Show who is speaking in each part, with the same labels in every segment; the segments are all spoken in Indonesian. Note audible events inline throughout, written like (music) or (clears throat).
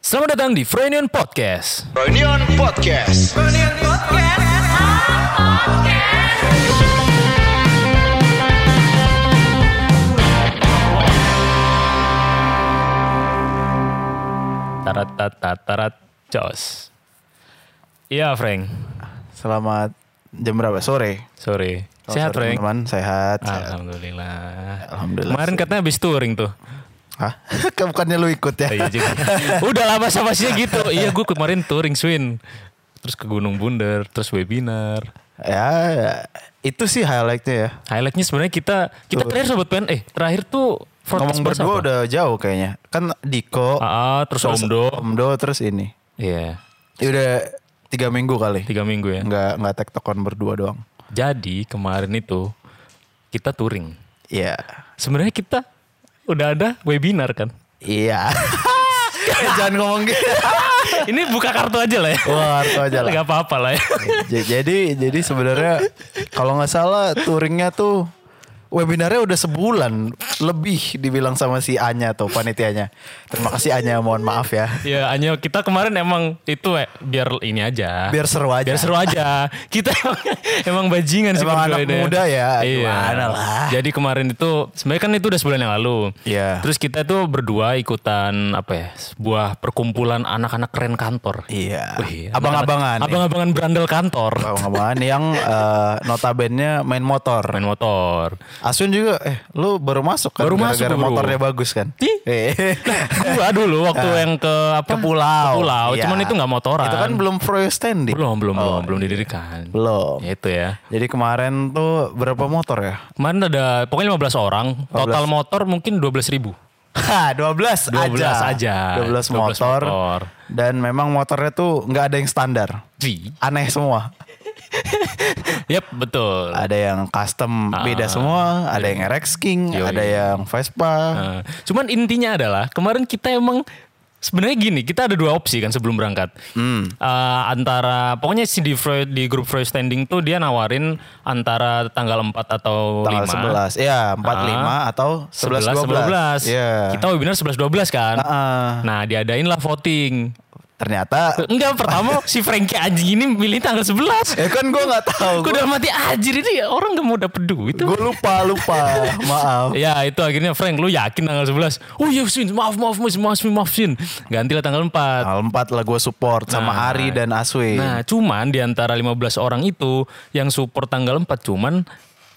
Speaker 1: Selamat datang di Freudian Podcast.
Speaker 2: Reunion Podcast.
Speaker 1: Tarat tarat tarat, tarat jos. Iya Frank,
Speaker 3: Selamat jam berapa? Sore.
Speaker 1: sorry.
Speaker 3: Kalau
Speaker 1: Sehat Ah,
Speaker 3: sore,
Speaker 1: Frank.
Speaker 3: Oh, Teman-teman sehat. sehat.
Speaker 1: Alhamdulillah.
Speaker 3: Alhamdulillah.
Speaker 1: Kemarin katanya habis touring
Speaker 3: (laughs)
Speaker 1: tuh.
Speaker 3: Hah? Ah, Bukannya lu ikut ya?
Speaker 1: Oh, iya juga. Udah lama sama sih gitu. Iya gue kemarin touring Swin. Terus ke Gunung Bunder, terus webinar.
Speaker 3: ya, itu sih highlightnya ya.
Speaker 1: Highlightnya sebenarnya kita kita terakhir sobat pen eh terakhir tuh
Speaker 3: Ngomong
Speaker 1: forecast bahas
Speaker 3: berdua
Speaker 1: apa?
Speaker 3: udah jauh kayaknya. Kan Diko,
Speaker 1: Ah, ah, terus Omdo.
Speaker 3: Omdo, terus ini.
Speaker 1: Iya,
Speaker 3: Ya udah tiga minggu kali.
Speaker 1: tiga minggu ya.
Speaker 3: Nggak nggak tektokan berdua doang.
Speaker 1: Jadi kemarin itu kita touring.
Speaker 3: Iya.
Speaker 1: Sebenarnya kita udah ada webinar kan.
Speaker 3: Iya. (laughs) Eh, Jangan ngomong gitu.
Speaker 1: (laughs) Ini buka kartu aja lah ya.
Speaker 3: Wah, harus aja lah.
Speaker 1: Gak apa-apa
Speaker 3: (laughs)
Speaker 1: lah ya.
Speaker 3: J- jadi jadi sebenarnya kalau nggak salah touringnya tuh webinarnya udah sebulan lebih dibilang sama si Anya tuh panitianya. Terima kasih Anya, mohon maaf ya.
Speaker 1: Ya Anyo, kita kemarin emang itu eh, biar ini aja.
Speaker 3: Biar seru aja.
Speaker 1: Biar seru aja. kita emang, emang bajingan sih.
Speaker 3: Emang
Speaker 1: berdua
Speaker 3: anak
Speaker 1: ini.
Speaker 3: muda ya,
Speaker 1: Iya.
Speaker 3: gimana lah.
Speaker 1: Jadi kemarin itu, sebenarnya kan itu udah sebulan yang lalu.
Speaker 3: Iya.
Speaker 1: Terus kita tuh berdua ikutan apa ya, sebuah perkumpulan anak-anak keren kantor.
Speaker 3: Iya.
Speaker 1: Wih, anak-anak-
Speaker 3: Abang-abangan. ya.
Speaker 1: Abang-abangan berandal kantor.
Speaker 3: Abang-abangan yang eh, notabennya main motor.
Speaker 1: Main motor.
Speaker 3: Asun juga eh lu baru masuk kan
Speaker 1: Baru masuk,
Speaker 3: gara-gara
Speaker 1: bro.
Speaker 3: motornya bagus kan?
Speaker 1: Ih.
Speaker 3: Eh.
Speaker 1: Gua dulu waktu yang ke apa?
Speaker 3: Ke pulau.
Speaker 1: Ke pulau.
Speaker 3: Iya.
Speaker 1: Cuman itu nggak motoran.
Speaker 3: Itu kan belum pro standing.
Speaker 1: belum belum belum belum didirikan.
Speaker 3: Belum.
Speaker 1: Ya, itu ya.
Speaker 3: Jadi kemarin tuh berapa motor ya?
Speaker 1: Kemarin ada pokoknya 15 orang, total motor mungkin 12 ribu.
Speaker 3: Hah, 12,
Speaker 1: 12
Speaker 3: aja.
Speaker 1: aja.
Speaker 3: 12
Speaker 1: 12
Speaker 3: motor.
Speaker 1: motor.
Speaker 3: Dan memang motornya tuh nggak ada yang standar.
Speaker 1: Ji.
Speaker 3: Aneh semua.
Speaker 1: Yap, betul.
Speaker 3: Ada yang custom beda semua, ada yang RX King,
Speaker 1: Ah, iya. Yoi.
Speaker 3: ada yang Vespa.
Speaker 1: Nah, cuman intinya adalah kemarin kita emang sebenarnya gini, kita ada dua opsi kan sebelum berangkat.
Speaker 3: Hmm.
Speaker 1: Eh, antara pokoknya si di, Freud, di grup Freud Standing tuh dia nawarin antara tanggal 4 atau
Speaker 3: tanggal
Speaker 1: 5.
Speaker 3: 11. Iya, 45
Speaker 1: Ah.
Speaker 3: atau 11 12.
Speaker 1: 11
Speaker 3: Iya.
Speaker 1: Kita webinar 11 12 kan.
Speaker 3: Ah.
Speaker 1: Nah, diadain lah voting.
Speaker 3: Ternyata
Speaker 1: Enggak, pertama (laughs) si Frankie anjing ini milih tanggal 11.
Speaker 3: eh kan gue nggak tahu.
Speaker 1: Gue udah mati anjir ini orang gak mau dapet duit.
Speaker 3: Gue lupa,
Speaker 1: (laughs)
Speaker 3: lupa. Maaf.
Speaker 1: Ya itu akhirnya Frank lu yakin tanggal 11 Oh iya Sin maaf maaf maaf maaf Sin, maaf Sin Gantilah tanggal 4
Speaker 3: Tanggal 4 lah gue support sama
Speaker 1: Nah.
Speaker 3: Ari dan Aswin.
Speaker 1: Nah cuman di antara 15 orang itu Yang support tanggal 4 cuman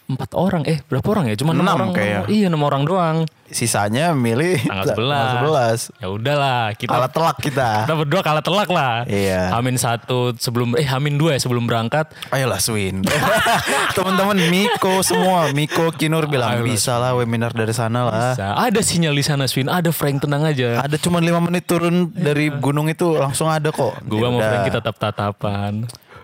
Speaker 1: empat orang Eh berapa orang ya Cuman enam
Speaker 3: Enam
Speaker 1: orang
Speaker 3: kayaknya.
Speaker 1: Iya enam orang doang
Speaker 3: Sisanya milih
Speaker 1: Tanggal 11 Ya udahlah kita
Speaker 3: 11. Alat telak kita.
Speaker 1: kita berdua kalah telak lah.
Speaker 3: Iya.
Speaker 1: Hamin satu sebelum eh Hamin dua ya sebelum berangkat.
Speaker 3: Ayolah Swin. (laughs) Teman-teman Miko semua, Miko Kinur bilang
Speaker 1: Ayolah,
Speaker 3: bisa lah webinar dari sana lah.
Speaker 1: Sa- Ada sinyal di sana Swin, ada Frank tenang aja.
Speaker 3: Ah. Ada cuma lima menit turun dari gunung itu langsung ada kok.
Speaker 1: Iya. Gua
Speaker 3: Ya
Speaker 1: mau
Speaker 3: udah.
Speaker 1: Frank kita tatap tatapan.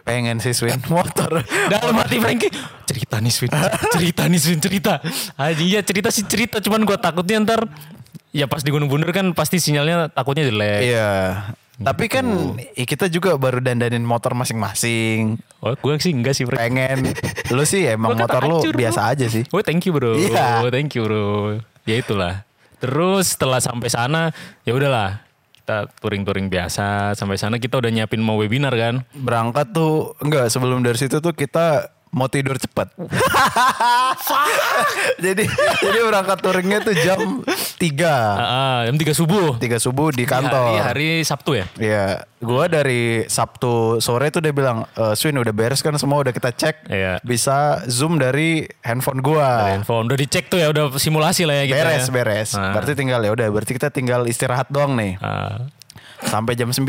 Speaker 3: pengen sih Swin (laughs) motor.
Speaker 1: Dalam hati Frankie cerita nih Swin, cerita nih Swin cerita. Aja iya cerita sih cerita, cuman gua takutnya ntar ya pas di Gunung Bunder kan pasti sinyalnya takutnya jelek.
Speaker 3: Iya.
Speaker 1: Gitu.
Speaker 3: Tapi kan i- kita juga baru dandanin motor masing-masing.
Speaker 1: Oh, gue sih enggak sih Frank.
Speaker 3: Pengen lu sih emang
Speaker 1: Gua kata
Speaker 3: motor lu
Speaker 1: hancur,
Speaker 3: biasa
Speaker 1: bro.
Speaker 3: aja sih.
Speaker 1: Oh thank you bro,
Speaker 3: Iya.
Speaker 1: thank you bro. Ya itulah. Terus setelah sampai sana ya udahlah kita touring-touring biasa. Sampai sana kita udah nyiapin mau webinar kan.
Speaker 3: Berangkat tuh enggak sebelum dari situ tuh kita mau tidur cepat. (laughs) jadi jadi berangkat touringnya tuh jam 3.
Speaker 1: Ah, ah, jam 3 subuh.
Speaker 3: tiga subuh di
Speaker 1: Hari,
Speaker 3: kantor.
Speaker 1: hari Sabtu ya.
Speaker 3: Iya, gua dari Sabtu sore tuh dia bilang, e, Swin udah beres kan semua udah kita cek,
Speaker 1: Iya.
Speaker 3: bisa zoom dari handphone gua.
Speaker 1: Handphone udah dicek tuh ya, udah simulasi lah ya kita.
Speaker 3: Ah. beres
Speaker 1: ya.
Speaker 3: beres.
Speaker 1: Ah.
Speaker 3: Berarti tinggal ya udah, berarti kita tinggal istirahat doang nih.
Speaker 1: Ah.
Speaker 3: Sampai jam 9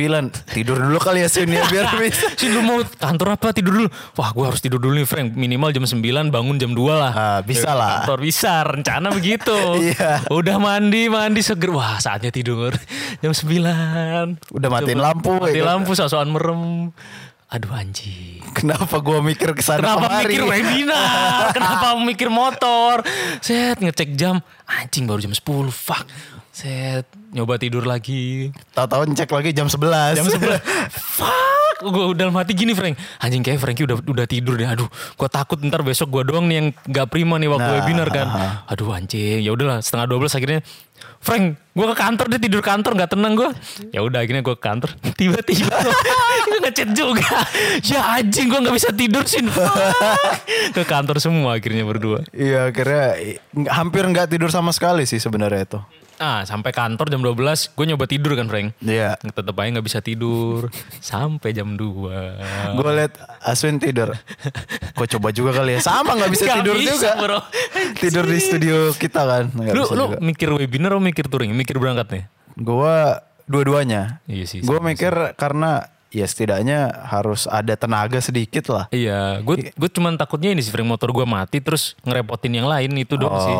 Speaker 3: tidur dulu kali ya Swin ya biar
Speaker 1: (laughs)
Speaker 3: bisa.
Speaker 1: Sih lu mau kantor apa tidur dulu? Wah gue harus tidur dulu nih Frank. Minimal jam 9 bangun jam 2 lah.
Speaker 3: Ah,
Speaker 1: Ya,
Speaker 3: bisa lah.
Speaker 1: Kantor bisa
Speaker 3: (laughs)
Speaker 1: rencana begitu.
Speaker 3: Iya.
Speaker 1: Udah mandi mandi seger. Wah saatnya tidur jam 9.
Speaker 3: Udah matiin lampu,
Speaker 1: Mati
Speaker 3: ya kan?
Speaker 1: lampu sosokan merem. Aduh anjing.
Speaker 3: Kenapa gua mikir kesana
Speaker 1: Kenapa
Speaker 3: kemari?
Speaker 1: mikir
Speaker 3: (laughs)
Speaker 1: webinar? Kenapa mikir motor? Set ngecek jam. Anjing baru jam 10. Fuck. Set nyoba tidur lagi.
Speaker 3: Tahu-tahu ngecek lagi jam 11.
Speaker 1: Jam 11. Fuck gue dalam hati gini Frank anjing kayak Franky udah udah tidur deh aduh gue takut ntar besok gue doang nih yang gak prima nih waktu
Speaker 3: Nah,
Speaker 1: webinar kan aduh anjing ya udahlah setengah 12 akhirnya Frank gue ke kantor deh tidur kantor nggak tenang gue ya udah akhirnya gue ke kantor (laughs) tiba-tiba (laughs) gue ngechat juga (laughs) ya anjing gue nggak bisa tidur sih ke kantor semua akhirnya berdua
Speaker 3: Iya akhirnya i- nggak- hampir nggak tidur sama sekali sih sebenarnya itu.
Speaker 1: Ah, sampai kantor jam 12 gue nyoba tidur kan, Frank.
Speaker 3: Iya.
Speaker 1: Tetep aja nggak bisa tidur sampai jam 2.
Speaker 3: Gue liat Aswin tidur. Kok coba juga kali ya? Sama nggak bisa
Speaker 1: Nggak
Speaker 3: tidur
Speaker 1: bisa,
Speaker 3: juga.
Speaker 1: bro.
Speaker 3: Tidur di studio kita kan. Nggak
Speaker 1: Lu
Speaker 3: bisa
Speaker 1: lu
Speaker 3: juga.
Speaker 1: mikir webinar atau mikir touring? Mikir berangkat nih.
Speaker 3: Gue dua-duanya.
Speaker 1: Iya sih,
Speaker 3: Gue mikir karena ya setidaknya harus ada tenaga sedikit lah.
Speaker 1: Iya, gue gue cuman takutnya ini sih Frank motor gue mati terus ngerepotin yang lain itu doang sih.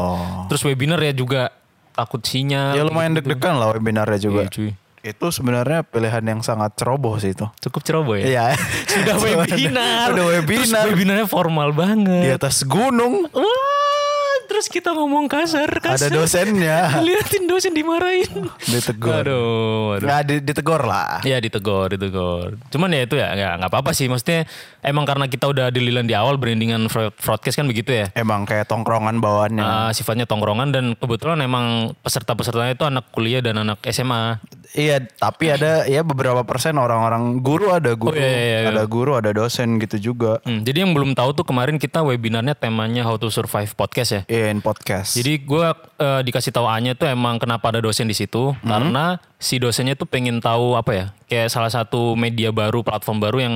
Speaker 1: Terus webinar ya juga takut sinyal.
Speaker 3: Oh. Ya lumayan deg-degan lah webinarnya juga.
Speaker 1: Iya, cuy.
Speaker 3: Itu sebenarnya pilihan yang sangat ceroboh sih itu.
Speaker 1: Cukup ceroboh ya.
Speaker 3: Iya. (laughs)
Speaker 1: Sudah webinar.
Speaker 3: Udah
Speaker 1: Terus
Speaker 3: webinar. Iya.
Speaker 1: webinarnya formal banget.
Speaker 3: Di atas gunung
Speaker 1: Wah, terus kita ngomong kasar,
Speaker 3: ada
Speaker 1: kasar.
Speaker 3: dosennya.
Speaker 1: (laughs) Liatin dosen dimarahin.
Speaker 3: Ditegur.
Speaker 1: Aduh, aduh.
Speaker 3: Nggak di- ditegur lah.
Speaker 1: Iya ditegor, ditegor. Cuman ya itu ya nggak nggak apa-apa sih. Maksudnya emang karena kita udah dililan di awal brandingan fraud- broadcast kan begitu ya.
Speaker 3: Emang kayak tongkrongan bawaannya.
Speaker 1: Ah, sifatnya tongkrongan dan kebetulan emang peserta-pesertanya itu anak kuliah dan anak SMA.
Speaker 3: Iya, tapi ada ya beberapa persen orang-orang guru ada
Speaker 1: Oh,
Speaker 3: guru,
Speaker 1: iya, iya, iya.
Speaker 3: ada guru, ada dosen gitu juga.
Speaker 1: Hmm, jadi yang belum tahu tuh kemarin kita webinarnya temanya How to Survive Podcast ya.
Speaker 3: Iya, in podcast.
Speaker 1: Jadi gue dikasih tahu A-nya tuh emang kenapa ada dosen di situ karena si dosennya tuh pengen tahu apa ya kayak salah satu media baru platform baru yang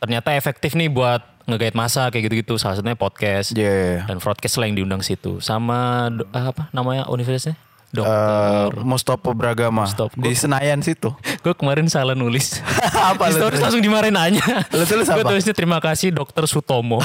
Speaker 1: ternyata efektif nih buat ngegait masa kayak gitu-gitu salah satunya podcast
Speaker 3: Iya, iya, iya.
Speaker 1: dan broadcast lah yang diundang situ sama do- ah, apa namanya universitasnya dok
Speaker 3: Eh, Mustopo Bragama
Speaker 1: Mustopo.
Speaker 3: di Senayan
Speaker 1: (laughs)
Speaker 3: situ.
Speaker 1: gue kemarin salah nulis
Speaker 3: (laughs) Apa
Speaker 1: Di
Speaker 3: lu
Speaker 1: stories
Speaker 3: tulis?
Speaker 1: langsung dimarahin aja
Speaker 3: Lu tulis
Speaker 1: Gua
Speaker 3: apa?
Speaker 1: tulisnya terima kasih dokter
Speaker 3: (laughs)
Speaker 1: Sutomo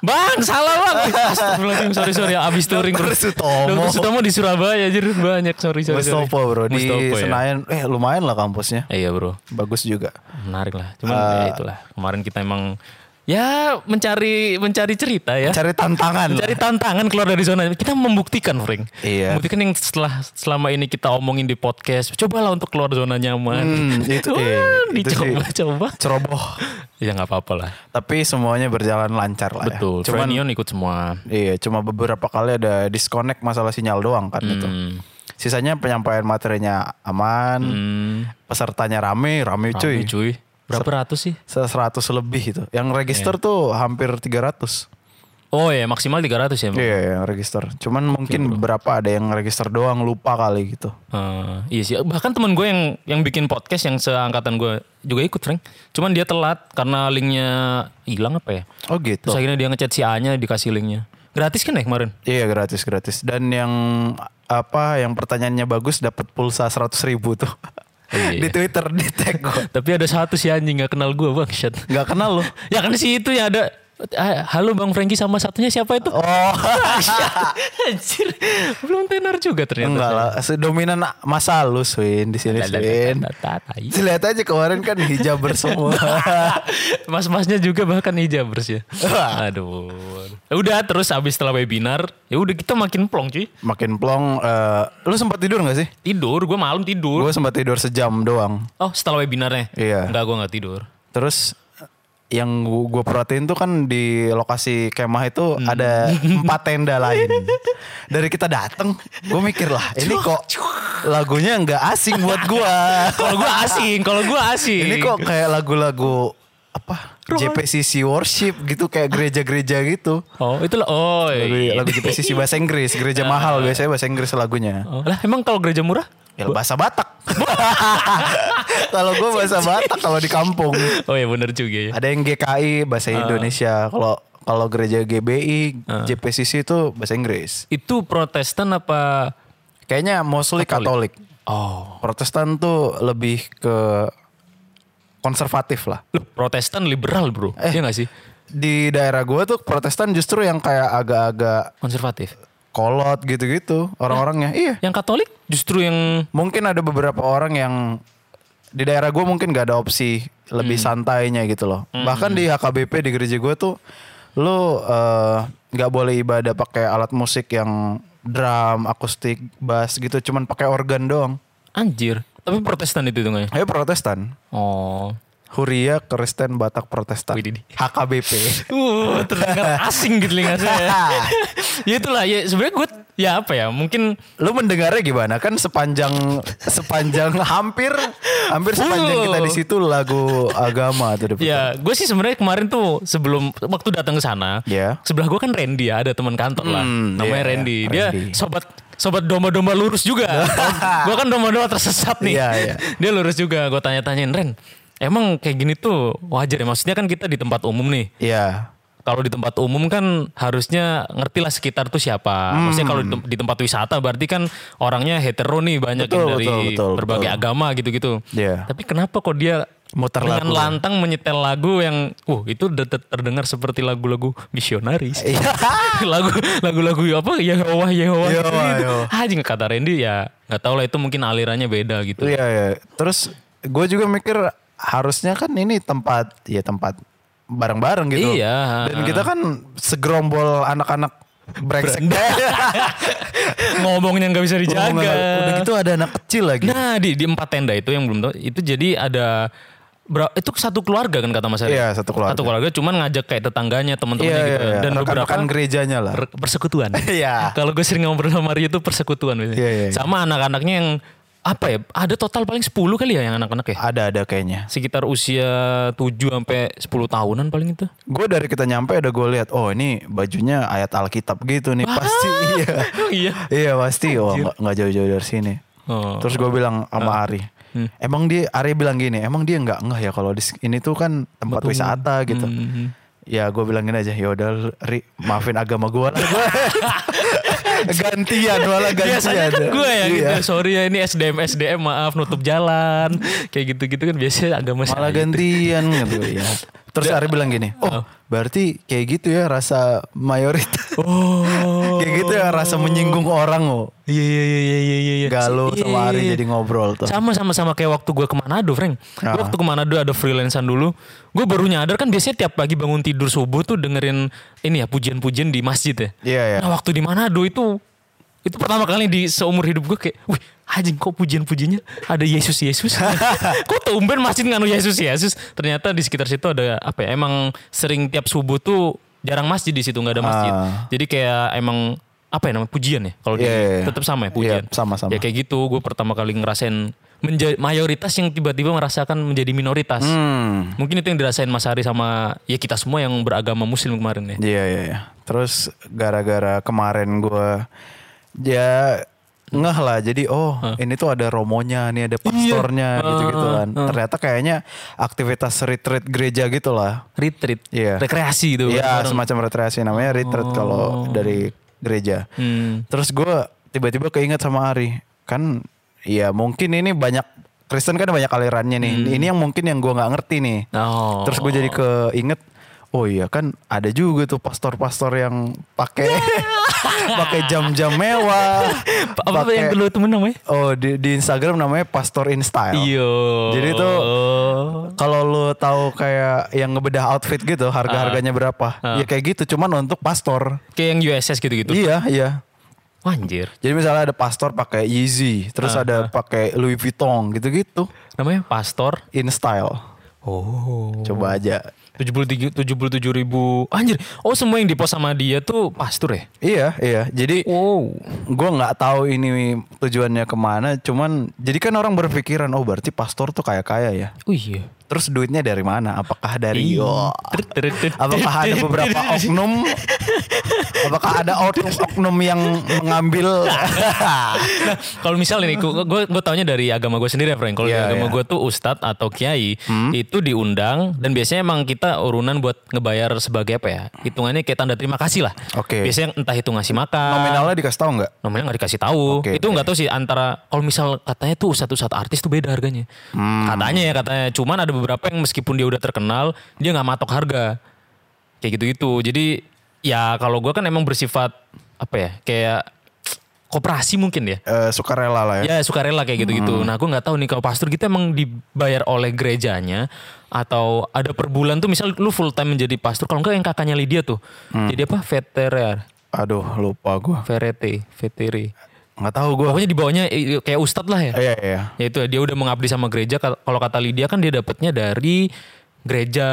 Speaker 1: bang salah bang Astagfirullahaladzim sorry sorry abis touring bro.
Speaker 3: Dokter Sutomo.
Speaker 1: dokter Sutomo di Surabaya jadi banyak sorry sorry sorry.
Speaker 3: Mustopo bro di
Speaker 1: Mustopo, ya.
Speaker 3: Senayan. Eh lumayan lah kampusnya,
Speaker 1: Eh, iya bro
Speaker 3: bagus juga.
Speaker 1: menarik lah cuman ya
Speaker 3: Eh.
Speaker 1: itulah kemarin kita emang ya mencari mencari cerita ya
Speaker 3: Cari tantangan.
Speaker 1: (laughs)
Speaker 3: lah.
Speaker 1: mencari tantangan keluar dari zona kita membuktikan Frank
Speaker 3: Iya.
Speaker 1: membuktikan yang setelah selama ini kita omongin di podcast cobalah untuk keluar zona nyaman
Speaker 3: Hmm, itu,
Speaker 1: Wah,
Speaker 3: eh, itu sih.
Speaker 1: dicoba coba
Speaker 3: ceroboh.
Speaker 1: (laughs) ya nggak apa-apa lah
Speaker 3: Tapi semuanya berjalan lancar lah. ya.
Speaker 1: Betul,
Speaker 3: Cuman
Speaker 1: Frenion ikut semua.
Speaker 3: iya, cuma beberapa kali ada disconnect masalah sinyal doang kan itu.
Speaker 1: Hmm.
Speaker 3: Sisanya penyampaian materinya aman,
Speaker 1: Hmm.
Speaker 3: pesertanya rame, rame,
Speaker 1: Cuy.
Speaker 3: cuy.
Speaker 1: cuy. Berapa ratus sih?
Speaker 3: 100 lebih itu. Yang register
Speaker 1: Iya.
Speaker 3: tuh hampir 300.
Speaker 1: Oh ya, maksimal 300 ya. Bang?
Speaker 3: Iya, yang register. Cuman mungkin beberapa ada yang register doang lupa kali gitu.
Speaker 1: Eh, iya sih, bahkan temen gue yang yang bikin podcast yang seangkatan gue juga ikut, Frank. Cuman dia telat karena linknya hilang apa ya?
Speaker 3: Oh gitu.
Speaker 1: Terus akhirnya dia ngechat si A-nya dikasih linknya. Gratis kan ya
Speaker 3: (laughs)
Speaker 1: kemarin?
Speaker 3: Iya, gratis-gratis. Dan yang apa yang pertanyaannya bagus dapat pulsa 100 ribu tuh.
Speaker 1: iya.
Speaker 3: (laughs) di Twitter di tag gue.
Speaker 1: Tapi ada satu si anjing gak kenal gue bang, shit.
Speaker 3: Gak kenal loh.
Speaker 1: Ya kan si itu ya ada. ah, Halo Bang Franky sama satunya siapa itu?
Speaker 3: Oh,
Speaker 1: (laughs) Anjir, belum tenar juga ternyata.
Speaker 3: enggak lah. Dominan masa lu, Swin, di sini, Swin.
Speaker 1: Tai.
Speaker 3: Lihat aja kemarin kan hijaber semua.
Speaker 1: (laughs) Mas-masnya juga bahkan hijabers ya. Aduh. Ya Udah terus abis setelah webinar, ya udah kita makin plong cuy.
Speaker 3: Makin plong. eh, lu sempat tidur gak sih?
Speaker 1: Tidur, gue malam tidur.
Speaker 3: Gue sempat tidur sejam doang.
Speaker 1: Oh setelah webinarnya?
Speaker 3: Iya.
Speaker 1: Enggak, gue nggak tidur.
Speaker 3: Terus yang gue perhatiin tuh kan di lokasi kemah itu ada empat tenda lain. Dari kita dateng, gue mikir lah ini kok lagunya nggak asing buat gue.
Speaker 1: Kalau gue asing, kalau gue asing.
Speaker 3: ini kok kayak lagu-lagu apa JPCC worship gitu kayak gereja-gereja gitu.
Speaker 1: Oh itu lah. Oh.
Speaker 3: Lagu,
Speaker 1: iya.
Speaker 3: lagu JPCC bahasa Inggris, gereja
Speaker 1: (laughs)
Speaker 3: mahal biasanya bahasa Inggris lagunya.
Speaker 1: Oh, Lah emang kalau gereja murah?
Speaker 3: Ya bahasa
Speaker 1: (laughs)
Speaker 3: Batak. kalau gue bahasa Batak kalau di kampung.
Speaker 1: Oh ya bener juga ya.
Speaker 3: Ada yang GKI bahasa
Speaker 1: Ah.
Speaker 3: Indonesia. Kalau kalau gereja GBI, JPCC itu bahasa Inggris.
Speaker 1: Itu Protestan apa?
Speaker 3: Kayaknya mostly Katolik.
Speaker 1: Oh.
Speaker 3: Protestan tuh lebih ke konservatif lah.
Speaker 1: Loh, Protestan liberal bro. Iya gak sih?
Speaker 3: Di daerah gue tuh Protestan justru yang kayak agak-agak
Speaker 1: Konservatif.
Speaker 3: kolot gitu-gitu orang-orangnya. Iya.
Speaker 1: Yang Katolik justru yang
Speaker 3: Mungkin ada beberapa orang yang di daerah gue mungkin gak ada opsi lebih santainya gitu loh. Bahkan di HKBP di gereja gue tuh lo nggak boleh ibadah pakai alat musik yang drum, akustik, bass gitu, cuman pakai organ doang.
Speaker 1: Anjir. Tapi Protestan itu hitungannya.
Speaker 3: Ayo Protestan.
Speaker 1: Oh.
Speaker 3: Huria Kristen Batak Protestan
Speaker 1: Widih.
Speaker 3: HKBP
Speaker 1: Uh, terdengar asing gitu telinga saya. ya itulah ya sebenarnya gue ya apa ya mungkin
Speaker 3: lu mendengarnya gimana kan sepanjang sepanjang hampir hampir sepanjang kita di situ lagu agama tuh Deputan.
Speaker 1: ya gue sih sebenarnya kemarin tuh sebelum waktu datang ke sana
Speaker 3: Iya.
Speaker 1: sebelah gue kan Randy ya ada teman kantor lah
Speaker 3: Hmm,
Speaker 1: namanya
Speaker 3: iya,
Speaker 1: Randy
Speaker 3: iya,
Speaker 1: dia
Speaker 3: Randy.
Speaker 1: sobat sobat domba-domba lurus
Speaker 3: (laughs)
Speaker 1: juga gue kan domba-domba tersesat nih
Speaker 3: Iya, iya.
Speaker 1: (laughs) dia lurus juga gue tanya-tanyain Ren emang kayak gini tuh wajar ya maksudnya kan kita di tempat umum nih
Speaker 3: Iya.
Speaker 1: kalau di tempat umum kan harusnya ngertilah sekitar tuh siapa. Maksudnya kalau di,
Speaker 3: Hmm.
Speaker 1: tem- di tempat wisata berarti kan orangnya hetero nih banyak
Speaker 3: Betul,
Speaker 1: yang dari
Speaker 3: betul, betul,
Speaker 1: berbagai agama gitu-gitu.
Speaker 3: Iya.
Speaker 1: Tapi kenapa kok dia
Speaker 3: Muter
Speaker 1: dengan
Speaker 3: lagu.
Speaker 1: lantang menyetel lagu yang uh itu de- de- terdengar seperti lagu-lagu misionaris.
Speaker 3: Iya.
Speaker 1: (laughs) lagu lagu-lagu apa Yehova Yehova
Speaker 3: Yehova,
Speaker 1: gitu.
Speaker 3: Yehova.
Speaker 1: Anjing kata Randy ya nggak tahu lah itu mungkin alirannya beda gitu.
Speaker 3: Iya iya. Terus gue juga mikir harusnya kan ini tempat ya tempat bareng-bareng gitu.
Speaker 1: Iya.
Speaker 3: Dan kita kan segerombol anak-anak brengsek.
Speaker 1: Ngomongnya nggak bisa (laughs) dijaga.
Speaker 3: (laughs) Udah gitu ada anak kecil lagi.
Speaker 1: Nah di di empat tenda itu yang belum tahu itu jadi ada bera- itu satu keluarga kan kata Mas Ari?
Speaker 3: Iya, satu keluarga.
Speaker 1: Satu keluarga cuman ngajak kayak tetangganya teman-temannya
Speaker 3: Iya iya.
Speaker 1: gitu
Speaker 3: iya.
Speaker 1: dan beberapa
Speaker 3: Rekan-rekan gerejanya lah.
Speaker 1: per- persekutuan.
Speaker 3: (laughs) Iya.
Speaker 1: Kalau gue sering ngobrol sama Rio itu persekutuan biasanya.
Speaker 3: Iya, iya, iya.
Speaker 1: Sama anak-anaknya yang apa ya? Ada total paling 10 kali ya yang anak-anak ya.
Speaker 3: Ada ada kayaknya.
Speaker 1: Sekitar usia 7 sampai 10 tahunan paling itu.
Speaker 3: Gue dari kita nyampe ada gue lihat, oh ini bajunya ayat Alkitab gitu nih pasti iya.
Speaker 1: (laughs) Oh iya.
Speaker 3: Iya pasti, oh nggak- nggak jauh-jauh dari sini.
Speaker 1: Oh. Ah. Hmm.
Speaker 3: Terus gue bilang sama Ari, emang dia Ari bilang gini, emang dia nggak nggak ya kalau di s- ini tuh kan tempat wisata gitu.
Speaker 1: Hmm,
Speaker 3: Ya gue bilangin aja, yaudah Ri maafin agama
Speaker 1: (laughs)
Speaker 3: gue lah. (laughs) gantian malah gantian.
Speaker 1: Biasanya kan gue ya
Speaker 3: Iya.
Speaker 1: gitu. Sorry ya ini SDM SDM maaf nutup jalan. Kayak gitu-gitu kan biasanya agama
Speaker 3: Malah
Speaker 1: saya.
Speaker 3: gantian gitu
Speaker 1: (laughs)
Speaker 3: ya. Terus Ari bilang gini, oh berarti kayak gitu ya rasa mayoritas.
Speaker 1: (laughs) Oh.
Speaker 3: kayak gitu ya rasa menyinggung orang oh.
Speaker 1: Iya iya iya iya iya iya, iya.
Speaker 3: Galuh
Speaker 1: Iya,
Speaker 3: sama
Speaker 1: iya,
Speaker 3: Ari
Speaker 1: iya.
Speaker 3: jadi ngobrol tuh.
Speaker 1: Sama sama sama kayak waktu gue ke Manado, Frank. Gue
Speaker 3: Ah.
Speaker 1: waktu ke Manado ada freelancean dulu. Gue baru nyadar kan biasanya tiap pagi bangun tidur subuh tuh dengerin ini ya pujian-pujian di masjid ya.
Speaker 3: Iya, iya.
Speaker 1: Nah waktu di Manado itu itu pertama kali di seumur hidup gue kayak, wih anjing kok pujian-pujiannya ada Yesus
Speaker 3: (laughs)
Speaker 1: Yesus. (laughs) kok tumben masjid nganu Yesus Yesus. Ternyata di sekitar situ ada apa ya? Emang sering tiap subuh tuh jarang masjid di situ nggak ada masjid.
Speaker 3: Ah.
Speaker 1: Jadi kayak emang apa ya namanya pujian ya kalau di
Speaker 3: Iya, iya, iya.
Speaker 1: tetap sama ya pujian.
Speaker 3: Iya, sama-sama.
Speaker 1: Ya kayak gitu gue pertama kali ngerasain menja- mayoritas yang tiba-tiba merasakan menjadi minoritas.
Speaker 3: Hmm.
Speaker 1: Mungkin itu yang dirasain Mas Ari sama ya kita semua yang beragama muslim kemarin ya.
Speaker 3: Iya iya iya. Terus gara-gara kemarin gua ya ngeh lah jadi oh ini tuh ada romonya nih
Speaker 1: Iya.
Speaker 3: ada pastornya gitu-gitu kan. Ternyata kayaknya aktivitas retreat gereja gitu lah.
Speaker 1: Retreat,
Speaker 3: Iya.
Speaker 1: rekreasi itu.
Speaker 3: Iya
Speaker 1: bareng-bareng.
Speaker 3: semacam rekreasi namanya retreat kalau dari gereja.
Speaker 1: Oh. Hmm.
Speaker 3: Terus gua tiba-tiba keinget sama Ari kan ya mungkin ini banyak Kristen kan banyak alirannya nih. Ini yang mungkin yang gua nggak ngerti nih.
Speaker 1: Hmm. Oh.
Speaker 3: Terus gue jadi keinget, oh iya kan ada juga tuh pastor-pastor yang pakai
Speaker 1: Ya.
Speaker 3: (laughs) pakai jam-jam mewah.
Speaker 1: apa
Speaker 3: pakai-
Speaker 1: yang dulu temen namanya?
Speaker 3: Oh di, di Instagram namanya Pastor in Style.
Speaker 1: Iya.
Speaker 3: Jadi tuh kalau lu tahu kayak yang ngebedah outfit gitu harga-harganya
Speaker 1: Ah.
Speaker 3: berapa? Ya kayak gitu cuman untuk pastor.
Speaker 1: kayak yang USS gitu-gitu.
Speaker 3: Iya, iya.
Speaker 1: Wah, Anjir.
Speaker 3: Jadi misalnya ada pastor pakai Yeezy, terus
Speaker 1: Ah,
Speaker 3: ada pakai Louis Vuitton gitu-gitu.
Speaker 1: Namanya pastor.
Speaker 3: In style.
Speaker 1: Oh.
Speaker 3: Coba aja.
Speaker 1: 73 77 ribu anjir oh semua yang dipost sama dia tuh pastor ya
Speaker 3: Iya, iya. Jadi
Speaker 1: wow
Speaker 3: gue nggak tahu ini tujuannya kemana cuman jadi kan orang berpikiran oh berarti pastor tuh kaya kaya ya
Speaker 1: oh iya
Speaker 3: terus duitnya dari mana apakah dari
Speaker 1: Iya.
Speaker 3: yo apakah ada beberapa oknum apakah ada oknum oknum yang mengambil
Speaker 1: Nah, kalau misalnya nih, gue gue taunya dari agama gue sendiri ya, Frank. Kalau
Speaker 3: Iya,
Speaker 1: di agama
Speaker 3: iya. Hmm?
Speaker 1: gue tuh ustadz atau kiai itu diundang dan biasanya emang kita urunan buat ngebayar sebagai apa ya? Hitungannya kayak tanda terima kasih lah.
Speaker 3: Oke.
Speaker 1: Biasanya entah itu ngasih makan.
Speaker 3: (laughs) nominalnya dikasih tahu nggak
Speaker 1: Nominal nggak dikasih tahu.
Speaker 3: Oke,
Speaker 1: itu
Speaker 3: oke.
Speaker 1: nggak tahu sih antara kalau misal katanya tuh ustadz ustadz artis tuh beda harganya.
Speaker 3: Hmm.
Speaker 1: Katanya ya katanya. Cuman ada beberapa yang meskipun dia udah terkenal dia nggak matok harga. Kayak gitu-gitu. Jadi ya kalau gua kan emang bersifat apa ya kayak koperasi mungkin ya.
Speaker 3: Eh sukarela lah
Speaker 1: Ya
Speaker 3: ya
Speaker 1: sukarela kayak gitu-gitu.
Speaker 3: Hmm.
Speaker 1: Nah gue nggak tahu nih kalau pastor kita emang dibayar oleh gerejanya atau ada per bulan tuh misal lu full time menjadi pastor. Kalau enggak yang kakaknya
Speaker 3: Hmm.
Speaker 1: Lydia tuh. Jadi apa? Veteran.
Speaker 3: aduh lupa gue
Speaker 1: Verete. Veteri.
Speaker 3: nggak tahu gue
Speaker 1: Pokoknya di bawahnya eh, kayak ustadz lah ya.
Speaker 3: iya iya
Speaker 1: Ya itu ya, dia udah mengabdi sama gereja. Kal- Kalau kata Lydia kan dia dapatnya dari gereja,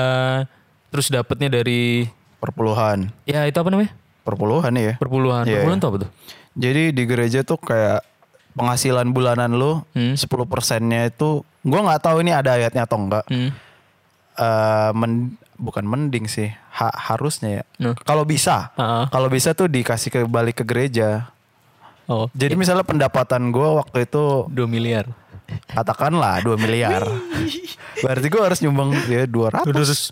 Speaker 1: terus dapatnya dari
Speaker 3: perpuluhan
Speaker 1: ya itu apa namanya?
Speaker 3: perpuluhan ya
Speaker 1: Perpuluhan.
Speaker 3: Iya,
Speaker 1: Perpuluhan
Speaker 3: iya.
Speaker 1: tuh apa tuh?
Speaker 3: Jadi di gereja tuh kayak penghasilan bulanan lu
Speaker 1: Hmm.
Speaker 3: 10 persennya itu gua nggak tahu ini ada ayatnya atau enggak.
Speaker 1: Hmm.
Speaker 3: Eh, men- bukan mending sih ha- harusnya ya.
Speaker 1: Nah.
Speaker 3: Kalau bisa,
Speaker 1: Ah.
Speaker 3: kalau bisa tuh dikasih ke balik ke gereja.
Speaker 1: Oh,
Speaker 3: Jadi misalnya pendapatan gua waktu itu
Speaker 1: 2 miliar.
Speaker 3: katakanlah 2 miliar. Berarti gua harus nyumbang ya 200.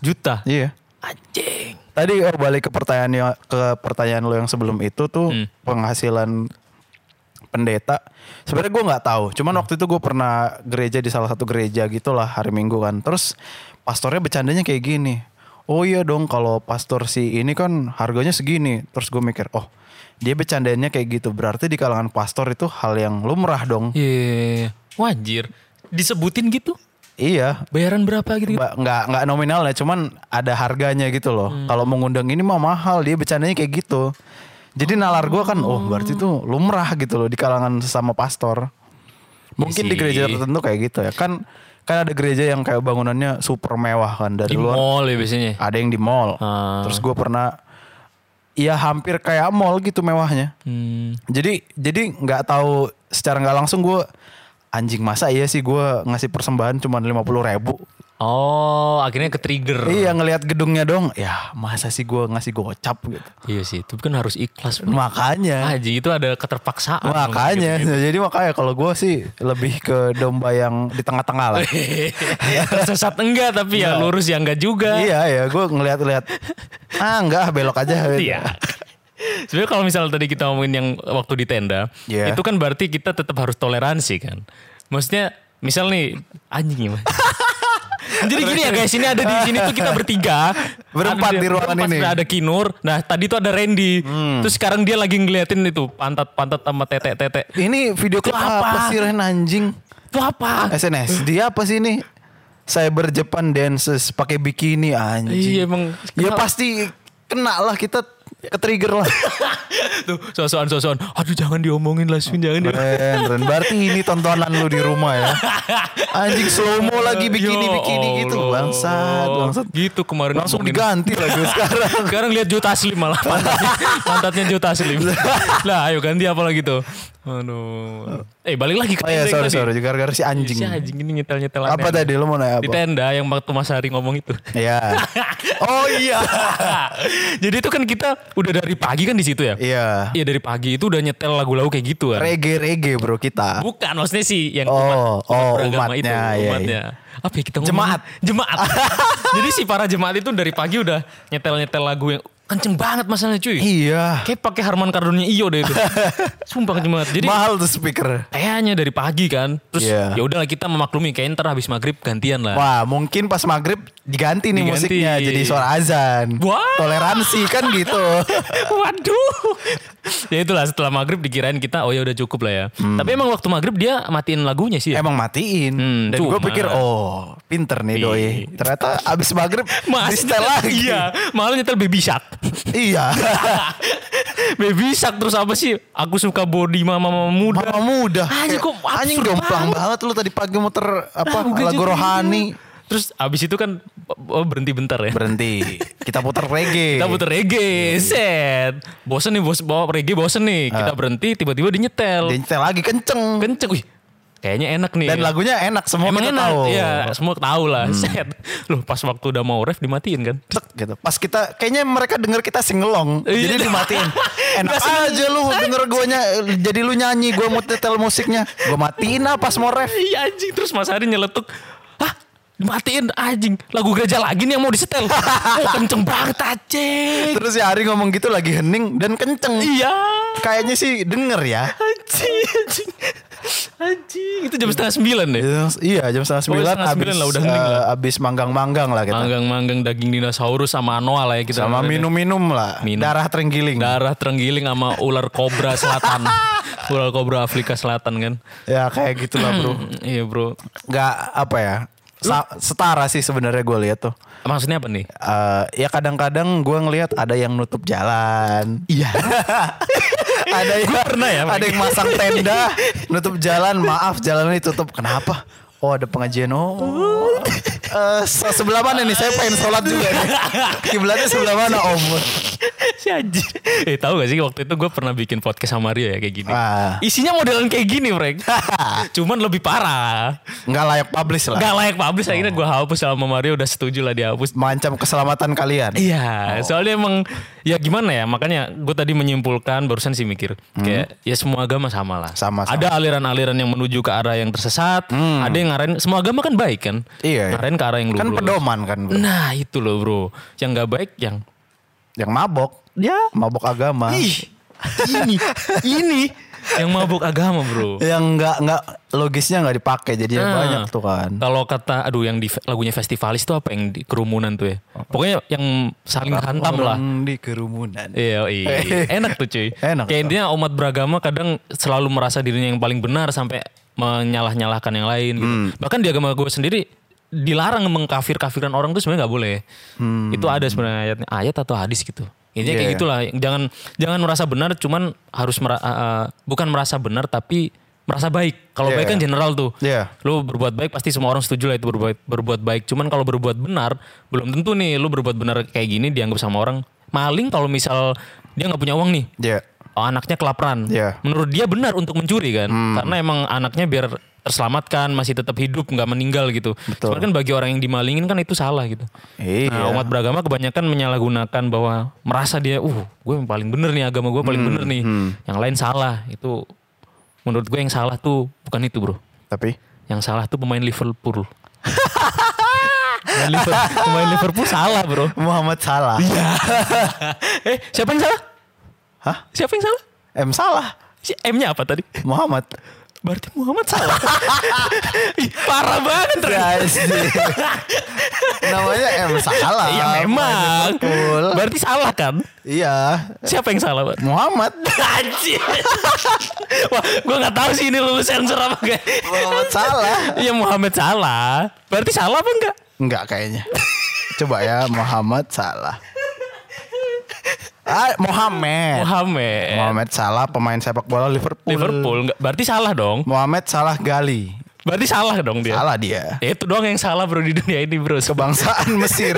Speaker 1: 200 juta.
Speaker 3: Iya.
Speaker 1: Anjing.
Speaker 3: Tadi oh, balik ke pertanyaan yang- ke pertanyaan lo yang sebelum itu tuh penghasilan pendeta. Sebenarnya gue nggak tahu. Cuman waktu itu gue pernah gereja di salah satu gereja gitulah hari Minggu kan. Terus pastornya bercandanya kayak gini. Oh iya dong kalau pastor si ini kan harganya segini. Terus gue mikir, oh dia bercandanya kayak gitu. Berarti di kalangan pastor itu hal yang lumrah dong.
Speaker 1: Iya. Wajir. Disebutin gitu?
Speaker 3: Iya.
Speaker 1: Bayaran berapa gitu?
Speaker 3: Ba- nggak nggak nominalnya cuman ada harganya gitu loh
Speaker 1: Hmm.
Speaker 3: kalau mengundang ini mah mahal dia bercandanya kayak gitu jadi nalar gua kan oh berarti itu lumrah gitu loh di kalangan sesama pastor mungkin di
Speaker 1: sih.
Speaker 3: gereja tertentu kayak gitu ya kan kan ada gereja yang kayak bangunannya super mewah kan
Speaker 1: Di
Speaker 3: dari luar
Speaker 1: mall ya biasanya.
Speaker 3: ada yang di mall
Speaker 1: Ah.
Speaker 3: terus gua pernah ya hampir kayak mall gitu mewahnya
Speaker 1: Hmm.
Speaker 3: jadi jadi nggak tahu secara nggak langsung gua anjing masa iya sih gua ngasih persembahan cuman lima puluh ribu
Speaker 1: Oh, akhirnya ke trigger.
Speaker 3: Iya ngelihat gedungnya dong. Ya masa sih gue ngasih gocap gitu.
Speaker 1: Iya sih, itu kan harus ikhlas. Bro.
Speaker 3: Makanya.
Speaker 1: Haji itu ada keterpaksaan.
Speaker 3: makanya. Jadi makanya kalau gue sih lebih ke domba yang di tengah-tengah lah.
Speaker 1: (laughs) Iya. Tersesat enggak tapi ya lurus ya enggak juga.
Speaker 3: iya ya gue ngeliat-liat. Ah enggak belok aja.
Speaker 1: Iya. (laughs) Sebenarnya kalau misalnya tadi kita ngomongin yang waktu di tenda,
Speaker 3: Iya.
Speaker 1: itu kan berarti kita tetap harus toleransi kan. Maksudnya, misal nih anjing
Speaker 3: (laughs)
Speaker 1: gimana? Jadi gini ya guys, ini ada di sini tuh kita bertiga,
Speaker 3: Berempat
Speaker 1: Ada-
Speaker 3: di ruangan
Speaker 1: berempat,
Speaker 3: ini. Hmm.
Speaker 1: Ada Kinur, nah tadi tuh ada Randy, terus sekarang dia lagi ngeliatin itu pantat-pantat sama tete-tete.
Speaker 3: Ini video klip
Speaker 1: Itu apa?
Speaker 3: apa sih Ren anjing?
Speaker 1: Itu
Speaker 3: Eh.
Speaker 1: apa?
Speaker 3: SNS. Dia apa sih ini? Cyber Japan dances pakai bikini anjing.
Speaker 1: Iya, emang
Speaker 3: Ya
Speaker 1: kenapa?
Speaker 3: pasti kena lah kita ke trigger lah.
Speaker 1: (laughs) (laughs) Tuh, sosokan sosokan. Aduh jangan diomongin Laswin, jangan diomongin.
Speaker 3: Ren, Ren, berarti ini tontonan lu di rumah ya. Anjing slow mo lagi bikini bikini
Speaker 1: Ya
Speaker 3: gitu,
Speaker 1: Allah.
Speaker 3: bangsat, bangsat.
Speaker 1: Gitu kemarin
Speaker 3: Langsung
Speaker 1: ngomongin.
Speaker 3: diganti
Speaker 1: (laughs)
Speaker 3: lagi sekarang.
Speaker 1: Sekarang lihat Joe Taslim malah pantatnya, pantatnya Joe Taslim. lah ayo ganti apa lagi tuh. Aduh. Eh balik lagi ke
Speaker 3: Oh ya,
Speaker 1: tenda yang
Speaker 3: sorry
Speaker 1: tadi. Iya,
Speaker 3: sorry, gara-gara si anjing.
Speaker 1: Si anjing ini nyetel-nyetel
Speaker 3: Apa
Speaker 1: aneh-aneh.
Speaker 3: tadi lu mau nanya
Speaker 1: Di
Speaker 3: apa?
Speaker 1: tenda yang waktu Mas Hari ngomong itu.
Speaker 3: Iya. Oh iya.
Speaker 1: (laughs) Jadi itu kan kita udah dari pagi kan di situ ya.
Speaker 3: Iya.
Speaker 1: Iya dari pagi itu udah nyetel lagu-lagu kayak gitu kan.
Speaker 3: Rege-rege bro kita.
Speaker 1: Bukan maksudnya sih yang
Speaker 3: Oh, oh,
Speaker 1: beragama
Speaker 3: umatnya, iya,
Speaker 1: umatnya. Apa ya kita ngomong?
Speaker 3: Jemaat. (laughs)
Speaker 1: Jemaat. Jadi si para jemaat itu dari pagi udah nyetel-nyetel lagu yang kenceng banget masalahnya cuy.
Speaker 3: Iya.
Speaker 1: Kayak pakai Harman Kardonnya Iyo deh
Speaker 3: (laughs)
Speaker 1: itu. Sumpah kenceng banget. Jadi
Speaker 3: Mahal tuh speaker.
Speaker 1: kayaknya dari pagi kan. Terus ya
Speaker 3: Iya.
Speaker 1: udahlah kita memaklumi kayak ntar habis maghrib gantian lah.
Speaker 3: Wah mungkin pas maghrib diganti nih
Speaker 1: Diganti.
Speaker 3: musiknya jadi suara azan.
Speaker 1: Wah.
Speaker 3: Toleransi kan gitu.
Speaker 1: (laughs) (laughs) Waduh. ya itulah setelah maghrib dikirain kita oh ya udah cukup lah ya.
Speaker 3: Hmm.
Speaker 1: Tapi emang waktu maghrib dia matiin lagunya sih ya.
Speaker 3: emang matiin
Speaker 1: Hmm,
Speaker 3: dan gue
Speaker 1: cuma.
Speaker 3: pikir oh pinter nih doi
Speaker 1: Iya.
Speaker 3: ternyata abis
Speaker 1: (laughs)
Speaker 3: maghrib di
Speaker 1: Mas,
Speaker 3: setel lagi
Speaker 1: Iya, malah nyetel baby
Speaker 3: (laughs)
Speaker 1: shark.
Speaker 3: iya
Speaker 1: Baby Shark terus apa sih? Aku suka body mama mama (laughs) muda.
Speaker 3: mama muda
Speaker 1: Anjing, kok
Speaker 3: Kayak, anjing
Speaker 1: absurd
Speaker 3: jomplang
Speaker 1: banget.
Speaker 3: banget lu tadi pagi muter apa
Speaker 1: Nah, bukan
Speaker 3: lagu
Speaker 1: juga.
Speaker 3: rohani
Speaker 1: Terus abis itu kan oh, berhenti bentar ya.
Speaker 3: berhenti kita putar reggae
Speaker 1: (laughs) Kita puter
Speaker 3: Hmm.
Speaker 1: reggae, set. Bosen nih, bos bawa reggae bosen nih.
Speaker 3: Ah.
Speaker 1: Kita berhenti, tiba-tiba dia nyetel.
Speaker 3: dan nyetel lagi kenceng
Speaker 1: Kenceng, wih. Kayaknya enak nih.
Speaker 3: dan lagunya enak semua
Speaker 1: Iya. Emang
Speaker 3: kita
Speaker 1: enak,
Speaker 3: tahu Hmm.
Speaker 1: Iya, semua tahu lah. Set. Loh, pas waktu udah mau ref dimatiin kan. (laughs)
Speaker 3: Tek, gitu. Pas kita kayaknya mereka denger kita singelong,
Speaker 1: Iya.
Speaker 3: jadi
Speaker 1: (laughs)
Speaker 3: dimatiin. Enak
Speaker 1: Nggak sing-
Speaker 3: aja lu denger guanya, jadi lu nyanyi, gua mau tetel musiknya, gua matiin lah pas mau ref.
Speaker 1: Iya anjing, terus Mas Hari nyeletuk. Hah? Dimatiin anjing. Lagu gereja lagi nih yang mau
Speaker 3: (laughs)
Speaker 1: disetel. oh, kenceng banget anjing.
Speaker 3: Terus si Ari ngomong gitu lagi hening dan kenceng.
Speaker 1: Iya.
Speaker 3: Kayaknya sih denger ya.
Speaker 1: Anjing, anjing. Anjing, itu jam setengah sembilan deh.
Speaker 3: Iya jam setengah sembilan
Speaker 1: setengah sembilan
Speaker 3: abis,
Speaker 1: lah, udah hening
Speaker 3: eh,
Speaker 1: lah.
Speaker 3: abis manggang-manggang lah kita.
Speaker 1: Manggang-manggang daging dinosaurus sama anoa lah ya kita.
Speaker 3: Iya. Sama
Speaker 1: namanya.
Speaker 3: minum-minum lah.
Speaker 1: Minum.
Speaker 3: Darah terenggiling.
Speaker 1: Darah terenggiling sama ular kobra selatan. ular kobra Afrika Selatan kan.
Speaker 3: ya kayak gitulah bro.
Speaker 1: Iya bro.
Speaker 3: Gak apa ya. sa- setara sih sebenarnya gue lihat tuh.
Speaker 1: Maksudnya apa nih?
Speaker 3: Iya. Eh, ya kadang-kadang gue ngelihat ada yang nutup jalan.
Speaker 1: Iya.
Speaker 3: (laughs) ada yang
Speaker 1: pernah ya, Mike.
Speaker 3: ada yang masang tenda nutup jalan maaf jalannya ditutup kenapa oh ada pengajian oh (laughs) Eh, se- sebelah mana nih saya pengen sholat juga (laughs) nih kiblatnya sebelah mana om
Speaker 1: si anjir. Eh tahu gak sih waktu itu gue pernah bikin podcast sama Mario ya kayak gini.
Speaker 3: Ah.
Speaker 1: Isinya modelan kayak gini, Frank. Cuman lebih parah.
Speaker 3: nggak layak publish lah
Speaker 1: Gak layak publish akhirnya gue hapus sama Mario udah setuju lah dihapus.
Speaker 3: mengancam keselamatan kalian
Speaker 1: Iya,
Speaker 3: Oh.
Speaker 1: soalnya emang ya gimana ya makanya gue tadi menyimpulkan barusan sih mikir kayak ya semua agama sama lah.
Speaker 3: Hmm. Sama, sama.
Speaker 1: Ada aliran-aliran yang menuju ke arah yang tersesat, ada yang ngarahin semua agama kan baik kan?
Speaker 3: Iya, iya.
Speaker 1: Ngarahin ke arah yang
Speaker 3: kan
Speaker 1: lurus.
Speaker 3: pedoman kan bro.
Speaker 1: Nah itu loh bro, yang nggak baik yang
Speaker 3: yang mabok
Speaker 1: ya
Speaker 3: mabok agama
Speaker 1: ih ini ini yang mabuk agama bro.
Speaker 3: yang nggak nggak logisnya nggak dipakai jadi
Speaker 1: Nah,
Speaker 3: Iya, banyak tuh kan
Speaker 1: Kalau kata aduh yang di lagunya festivalis tuh apa yang di kerumunan tuh ya? Pokoknya yang saling hantam lah.
Speaker 3: Orang di kerumunan
Speaker 1: Iya, iya.
Speaker 3: (laughs)
Speaker 1: enak tuh cuy.
Speaker 3: kan? Enak.
Speaker 1: Kayak intinya umat beragama kadang selalu merasa dirinya yang paling benar sampai menyalah-nyalahkan yang lain gitu.
Speaker 3: Hmm.
Speaker 1: Bahkan di agama gue sendiri dilarang mengkafir-kafiran orang tuh sebenarnya nggak boleh. Itu ada sebenarnya ayatnya, ayat atau hadis gitu. Intinya kayak
Speaker 3: Hmm. Iya.
Speaker 1: gitulah. Jangan jangan merasa benar, cuman harus mera- eh, eh, bukan merasa benar tapi merasa baik. Kalau
Speaker 3: Iya.
Speaker 1: baik kan general tuh.
Speaker 3: Iya.
Speaker 1: Lu berbuat baik pasti semua orang setuju lah itu berbuat berbuat baik. Cuman kalau berbuat benar belum tentu nih lu berbuat benar kayak gini dianggap sama orang maling kalau misal dia nggak punya uang nih.
Speaker 3: Iya.
Speaker 1: Oh, anaknya kelaparan.
Speaker 3: Iya. Hmm.
Speaker 1: Menurut dia benar untuk mencuri kan. Karena emang anaknya biar terselamatkan, masih tetap hidup, nggak meninggal gitu.
Speaker 3: Betul.
Speaker 1: Cuman kan bagi orang yang dimalingin kan itu salah gitu.
Speaker 3: Iya.
Speaker 1: Nah, umat beragama kebanyakan menyalahgunakan bahwa merasa dia, uh, gue yang paling bener nih agama gue
Speaker 3: Hmm,
Speaker 1: paling bener nih. Yang lain salah. Itu menurut gue yang salah tuh bukan itu, Bro.
Speaker 3: tapi
Speaker 1: Yang salah tuh pemain Liverpool. pemain, Liverpool pemain Liverpool salah, Bro.
Speaker 3: Muhammad Salah
Speaker 1: (laughs) Iya. eh, siapa yang salah?
Speaker 3: Hah?
Speaker 1: Siapa yang salah?
Speaker 3: M Salah
Speaker 1: Si M-nya apa tadi?
Speaker 3: Muhammad
Speaker 1: Berarti Muhammad
Speaker 3: (laughs)
Speaker 1: salah. Ih, parah banget. Ren.
Speaker 3: Ya, namanya M Salah
Speaker 1: Ya memang.
Speaker 3: Betul.
Speaker 1: Berarti salah kan?
Speaker 3: iya
Speaker 1: Siapa yang salah, Pak?
Speaker 3: Muhammad
Speaker 1: Anjir. (laughs) Wah, gua nggak tahu sih ini lulus sensor apa enggak.
Speaker 3: Muhammad Salah
Speaker 1: Iya Muhammad salah. Berarti salah apa enggak?
Speaker 3: enggak kayaknya coba ya Muhammad Salah ah Muhammad
Speaker 1: Muhammad.
Speaker 3: Muhammad Salah pemain sepak bola Liverpool
Speaker 1: Liverpool enggak. Berarti salah dong.
Speaker 3: Muhammad Salah Gali
Speaker 1: Berarti salah dong dia.
Speaker 3: salah dia
Speaker 1: Ya, itu doang yang salah bro di dunia ini bro.
Speaker 3: kebangsaan
Speaker 1: (laughs)
Speaker 3: Mesir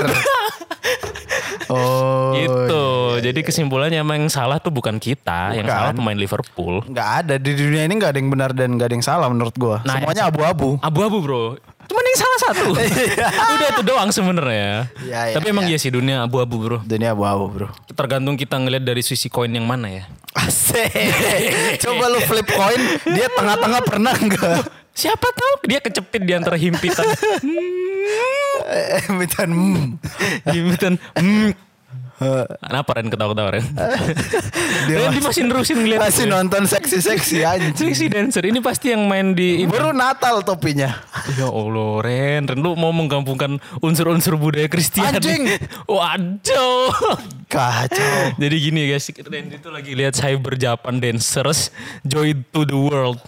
Speaker 3: oh
Speaker 1: Gitu. Jadi kesimpulannya emang yang salah tuh bukan kita, yang
Speaker 3: iya. Bukan.
Speaker 1: salah pemain Liverpool.
Speaker 3: nggak ada di dunia ini nggak ada yang benar dan nggak ada yang salah menurut gua
Speaker 1: Nah,
Speaker 3: semuanya abu-abu
Speaker 1: Abu-abu bro. Cuman yang salah
Speaker 3: (laughs)
Speaker 1: satu. Udah itu doang sebenarnya.
Speaker 3: Iya, iya,
Speaker 1: Tapi emang
Speaker 3: iya.
Speaker 1: iya sih dunia abu-abu bro.
Speaker 3: dunia abu-abu bro
Speaker 1: Tergantung kita ngelihat dari sisi koin yang mana ya.
Speaker 3: Asik. Coba lu flip coin, dia tengah-tengah pernah enggak?
Speaker 1: Siapa tahu dia kecepit di antara
Speaker 3: (laughs)
Speaker 1: himpitan.
Speaker 3: Mitan. hmm.
Speaker 1: himpitan. Hmm. Kenapa Ren ketawa-ketawa Ren?
Speaker 3: (laughs) Dia
Speaker 1: Ren dia
Speaker 3: masih-
Speaker 1: masih nerusin ngeliat.
Speaker 3: Masih nonton seksi-seksi anjing.
Speaker 1: Sexy dancer. Ini pasti yang main di...
Speaker 3: Baru Natal topinya.
Speaker 1: Ya Allah Ren. Ren lu mau menggabungkan unsur-unsur budaya Kristiani.
Speaker 3: Anjing.
Speaker 1: (laughs) Waduh. (laughs)
Speaker 3: Kacau.
Speaker 1: Jadi gini guys, Ren itu lagi lihat Cyber Japan Dancers Joy to the World.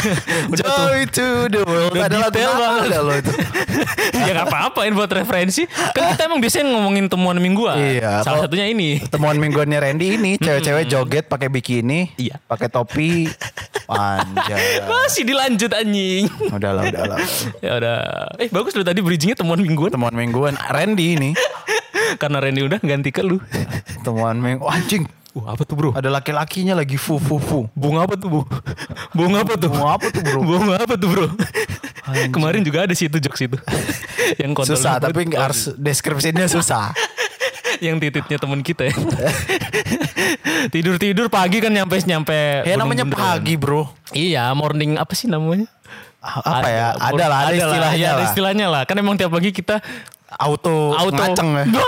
Speaker 1: (laughs) Udah tuh.
Speaker 3: Joy to the world.
Speaker 1: Udah
Speaker 3: Ada lagu
Speaker 1: detail
Speaker 3: Natal
Speaker 1: banget.
Speaker 3: dah lo itu.
Speaker 1: (laughs) ya nggak apa-apain buat referensi. Kan kita emang biasanya ngomongin temuan mingguan. Salah
Speaker 3: Iya, kalau-
Speaker 1: satunya ini. Hmm.
Speaker 3: Temuan mingguannya Randy ini cewek-cewek joget pakai bikini,
Speaker 1: Iya.
Speaker 3: pakai
Speaker 1: (laughs)
Speaker 3: topi
Speaker 1: Ya.
Speaker 3: panjang.
Speaker 1: Masih dilanjut anjing.
Speaker 3: Udahlah, udahlah.
Speaker 1: ya udah. Eh bagus lu tadi bridgingnya temuan mingguan. (laughs)
Speaker 3: Temuan mingguan Randy ini.
Speaker 1: Karena Randy udah ganti ke lu.
Speaker 3: Temuan minggu anjing.
Speaker 1: Wah apa tuh bro?
Speaker 3: Ada laki-lakinya lagi fu fu fu.
Speaker 1: Bunga apa tuh bu? Bunga apa tuh?
Speaker 3: Bunga apa tuh, bro?
Speaker 1: (laughs) Bunga apa tuh bro? Kemarin juga ada sih itu jokes
Speaker 3: (laughs)
Speaker 1: itu. yang kontol
Speaker 3: Susah
Speaker 1: rambut,
Speaker 3: tapi nggak harus deskripsinya susah.
Speaker 1: (laughs) yang tititnya temen kita ya. (laughs) tidur tidur pagi kan nyampe nyampe.
Speaker 3: Ya
Speaker 1: Gunung
Speaker 3: namanya
Speaker 1: Bunder kan.
Speaker 3: pagi bro.
Speaker 1: Iya morning apa sih namanya?
Speaker 3: A- Apa ya? Ada lah,
Speaker 1: lah,
Speaker 3: ada istilahnya
Speaker 1: iya, Ada
Speaker 3: lah.
Speaker 1: istilahnya lah. Kan emang tiap pagi kita
Speaker 3: Auto,
Speaker 1: auto
Speaker 3: ngaceng ya.
Speaker 1: (laughs)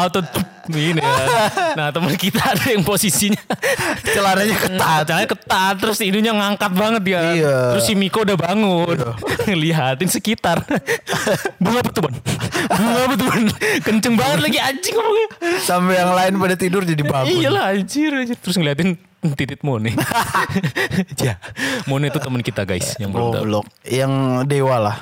Speaker 1: auto ini
Speaker 3: (laughs)
Speaker 1: ya. Nah, teman kita ada yang posisinya
Speaker 3: Celananya ketat.
Speaker 1: Kacanya ketat terus hidungnya ngangkat banget ya.
Speaker 3: Iya.
Speaker 1: Terus si Miko udah bangun. (laughs) Ngeliatin sekitar. Bunga apa tuh, Bun? Bunga apa tuh, Bun? Kenceng banget lagi anjing ngomongnya.
Speaker 3: Sampai yang lain pada tidur jadi
Speaker 1: Iya
Speaker 3: bangun.
Speaker 1: lah anjir, anjir. Terus ngeliatin titit
Speaker 3: (laughs)
Speaker 1: Mone. ya, Mone itu teman kita guys yang belum tahu.
Speaker 3: Goblok. Yang
Speaker 1: Hmm.
Speaker 3: dewa lah.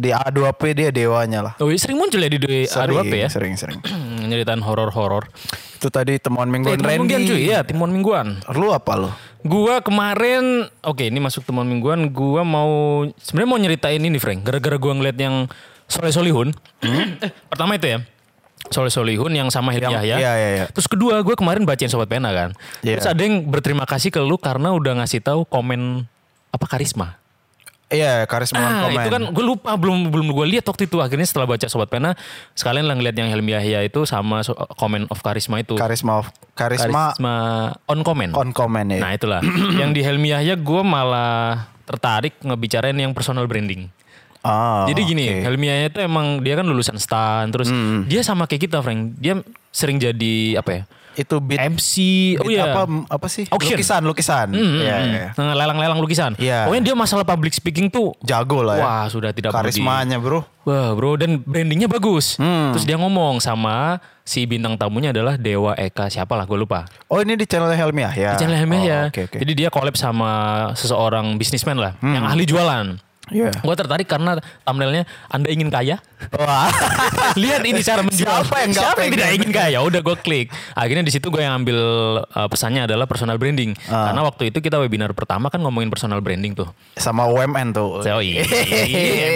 Speaker 3: Di A2P dia dewanya lah.
Speaker 1: Oh, iya, sering muncul ya di
Speaker 3: Sering,
Speaker 1: A2P ya? (clears throat)
Speaker 3: Sering, sering.
Speaker 1: Hmm, nyeritain horor-horor.
Speaker 3: Itu tadi temuan mingguan
Speaker 1: Timun
Speaker 3: Randy.
Speaker 1: mingguan cuy, iya timun mingguan.
Speaker 3: Lu apa lu?
Speaker 1: Gua kemarin, oke ini masuk teman mingguan, gua mau sebenarnya mau nyeritain ini Frank, gara-gara gua ngeliat yang Soleh Solihun. Eh, pertama itu ya. Soleh Solihun yang sama Hilmi
Speaker 3: Hmm? Yang-
Speaker 1: Yahya.
Speaker 3: iya, iya, iya.
Speaker 1: Terus kedua gue kemarin bacain sobat pena kan.
Speaker 3: Iya.
Speaker 1: Terus ada yang berterima kasih ke lu karena udah ngasih tahu komen apa karisma.
Speaker 3: Iya, karisma
Speaker 1: Ah,
Speaker 3: komen.
Speaker 1: itu kan gue lupa belum belum gue lihat waktu itu akhirnya setelah baca sobat pena sekalian lah ngeliat yang Hilmi Yahya itu sama so- komen of karisma itu.
Speaker 3: karisma karisma,
Speaker 1: Karisma on comment.
Speaker 3: on komen ya.
Speaker 1: Nah itulah. (clears throat) yang di Helmi Yahya gue malah tertarik ngebicarain yang personal branding.
Speaker 3: Ah,
Speaker 1: Jadi gini,
Speaker 3: oke. Hmm,
Speaker 1: Helmi Yahya itu emang dia kan lulusan stan, terus dia sama kayak kita, Frank. Dia sering jadi apa ya?
Speaker 3: itu beat,
Speaker 1: MC, oh
Speaker 3: beat
Speaker 1: iya.
Speaker 3: apa apa sih?
Speaker 1: Auction. Hmm,
Speaker 3: Lukisan, lukisan. Iya, iya, iya.
Speaker 1: Nah, Lelang-lelang lukisan.
Speaker 3: Iya.
Speaker 1: Pokoknya dia masalah public speaking tuh
Speaker 3: Jago lah ya.
Speaker 1: Wah, sudah tidak perlu di-
Speaker 3: Karismanya, Bro.
Speaker 1: Wah bro dan brandingnya bagus.
Speaker 3: Hmm.
Speaker 1: Terus dia ngomong sama si bintang tamunya adalah Dewa Eka siapa lah gue lupa.
Speaker 3: Oh, ini di channel Helmi ya.
Speaker 1: Di channel Helmi Yahya.
Speaker 3: Oke, oke. Hmm.
Speaker 1: Jadi dia collab sama seseorang bisnismen lah yang ahli jualan.
Speaker 3: Iya.
Speaker 1: Gue tertarik karena thumbnailnya Anda ingin kaya. (laughs)
Speaker 3: Wah. (laughs)
Speaker 1: Lihat ini cara menjual.
Speaker 3: Siapa yang nggak
Speaker 1: Siapa yang
Speaker 3: pengen?
Speaker 1: tidak ingin kaya? Ya Udah gue klik. Akhirnya di situ gue yang ambil uh, pesannya adalah personal branding.
Speaker 3: Ah.
Speaker 1: Karena waktu itu kita webinar pertama kan ngomongin personal branding tuh.
Speaker 3: Sama UMN tuh.
Speaker 1: So, iya,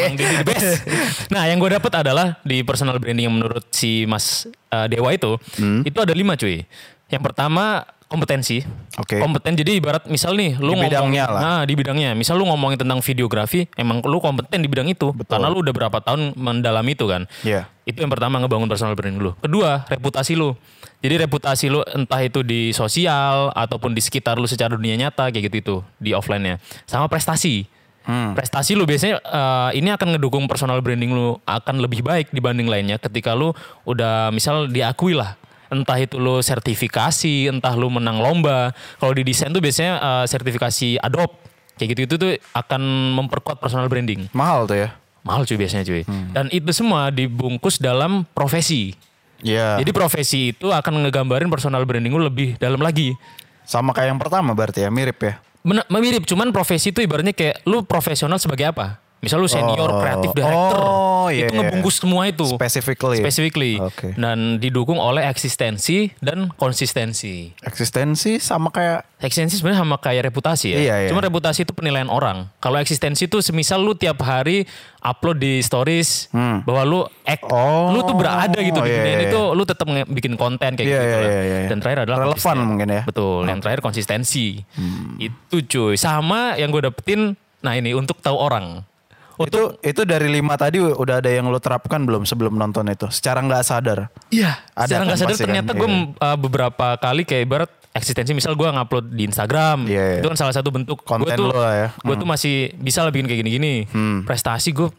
Speaker 1: emang dia the
Speaker 3: (laughs)
Speaker 1: best. Nah, yang gue dapat adalah di personal branding yang menurut si Mas uh, Dewa itu,
Speaker 3: Hmm.
Speaker 1: itu ada lima cuy. Yang pertama kompetensi.
Speaker 3: Oke.
Speaker 1: Kompeten jadi ibarat misal nih lu
Speaker 3: Di
Speaker 1: ngomong-
Speaker 3: bidangnya lah.
Speaker 1: Nah, di bidangnya. Misal lu ngomongin tentang videografi, emang lu kompeten di bidang itu
Speaker 3: Betul.
Speaker 1: karena lu udah berapa tahun mendalami itu kan.
Speaker 3: Iya.
Speaker 1: Itu yang pertama ngebangun personal branding lu. Kedua, reputasi lu. Jadi reputasi lu entah itu di sosial ataupun di sekitar lu secara dunia nyata kayak gitu itu di offline-nya. Sama prestasi. Prestasi lu biasanya eh, ini akan ngedukung personal branding lu akan lebih baik dibanding lainnya ketika lu udah misal diakui lah. Entah itu lu sertifikasi, entah lu menang lomba. Kalau di desain tuh biasanya eh, sertifikasi Adobe. Kayak gitu-gitu tuh akan memperkuat personal branding.
Speaker 3: Mahal tuh ya.
Speaker 1: Mahal cuy biasanya cuy.
Speaker 3: Hmm.
Speaker 1: Dan itu semua dibungkus dalam profesi.
Speaker 3: Iya.
Speaker 1: Jadi profesi itu akan ngegambarin personal branding lu lebih dalam lagi.
Speaker 3: sama kayak yang pertama berarti ya, mirip ya.
Speaker 1: Bener, mirip, cuman profesi itu ibaratnya kayak lu profesional sebagai apa? Misal lu senior,
Speaker 3: Oh.
Speaker 1: kreatif, director.
Speaker 3: Oh, iya,
Speaker 1: itu
Speaker 3: iya.
Speaker 1: ngebungkus semua itu.
Speaker 3: Specifically.
Speaker 1: Specifically.
Speaker 3: Oke.
Speaker 1: Dan didukung oleh eksistensi dan konsistensi.
Speaker 3: Eksistensi sama kayak
Speaker 1: Eksistensi sebenarnya sama kayak reputasi ya.
Speaker 3: Iya, iya.
Speaker 1: Cuma reputasi itu penilaian orang. Kalau eksistensi itu semisal lu tiap hari upload di stories bahwa lu ek,
Speaker 3: Hmm. Oh,
Speaker 1: lu tuh berada gitu di
Speaker 3: iya,
Speaker 1: dunia ini
Speaker 3: iya.
Speaker 1: tuh lu tetap nge- bikin konten kayak
Speaker 3: Iya,
Speaker 1: gitu
Speaker 3: iya,
Speaker 1: lah.
Speaker 3: iya, iya.
Speaker 1: Dan terakhir adalah
Speaker 3: Relevan
Speaker 1: konsisten.
Speaker 3: mungkin ya. Hmm.
Speaker 1: Betul. Yang terakhir konsistensi. Itu cuy. Sama yang gue dapetin nah ini untuk tahu orang. Oh,
Speaker 3: itu itu dari lima tadi udah ada yang lo terapkan belum sebelum nonton itu secara nggak sadar
Speaker 1: Iya,
Speaker 3: Ada
Speaker 1: secara
Speaker 3: kan
Speaker 1: nggak sadar
Speaker 3: pasti kan,
Speaker 1: ternyata
Speaker 3: iya.
Speaker 1: gue beberapa kali kayak ibarat eksistensi misal gue ngupload di Instagram
Speaker 3: Iya, iya.
Speaker 1: itu kan salah satu bentuk Gua
Speaker 3: Konten
Speaker 1: tuh,
Speaker 3: lo lah ya.
Speaker 1: Gue tuh masih bisa lah bikin kayak gini-gini. Prestasi gue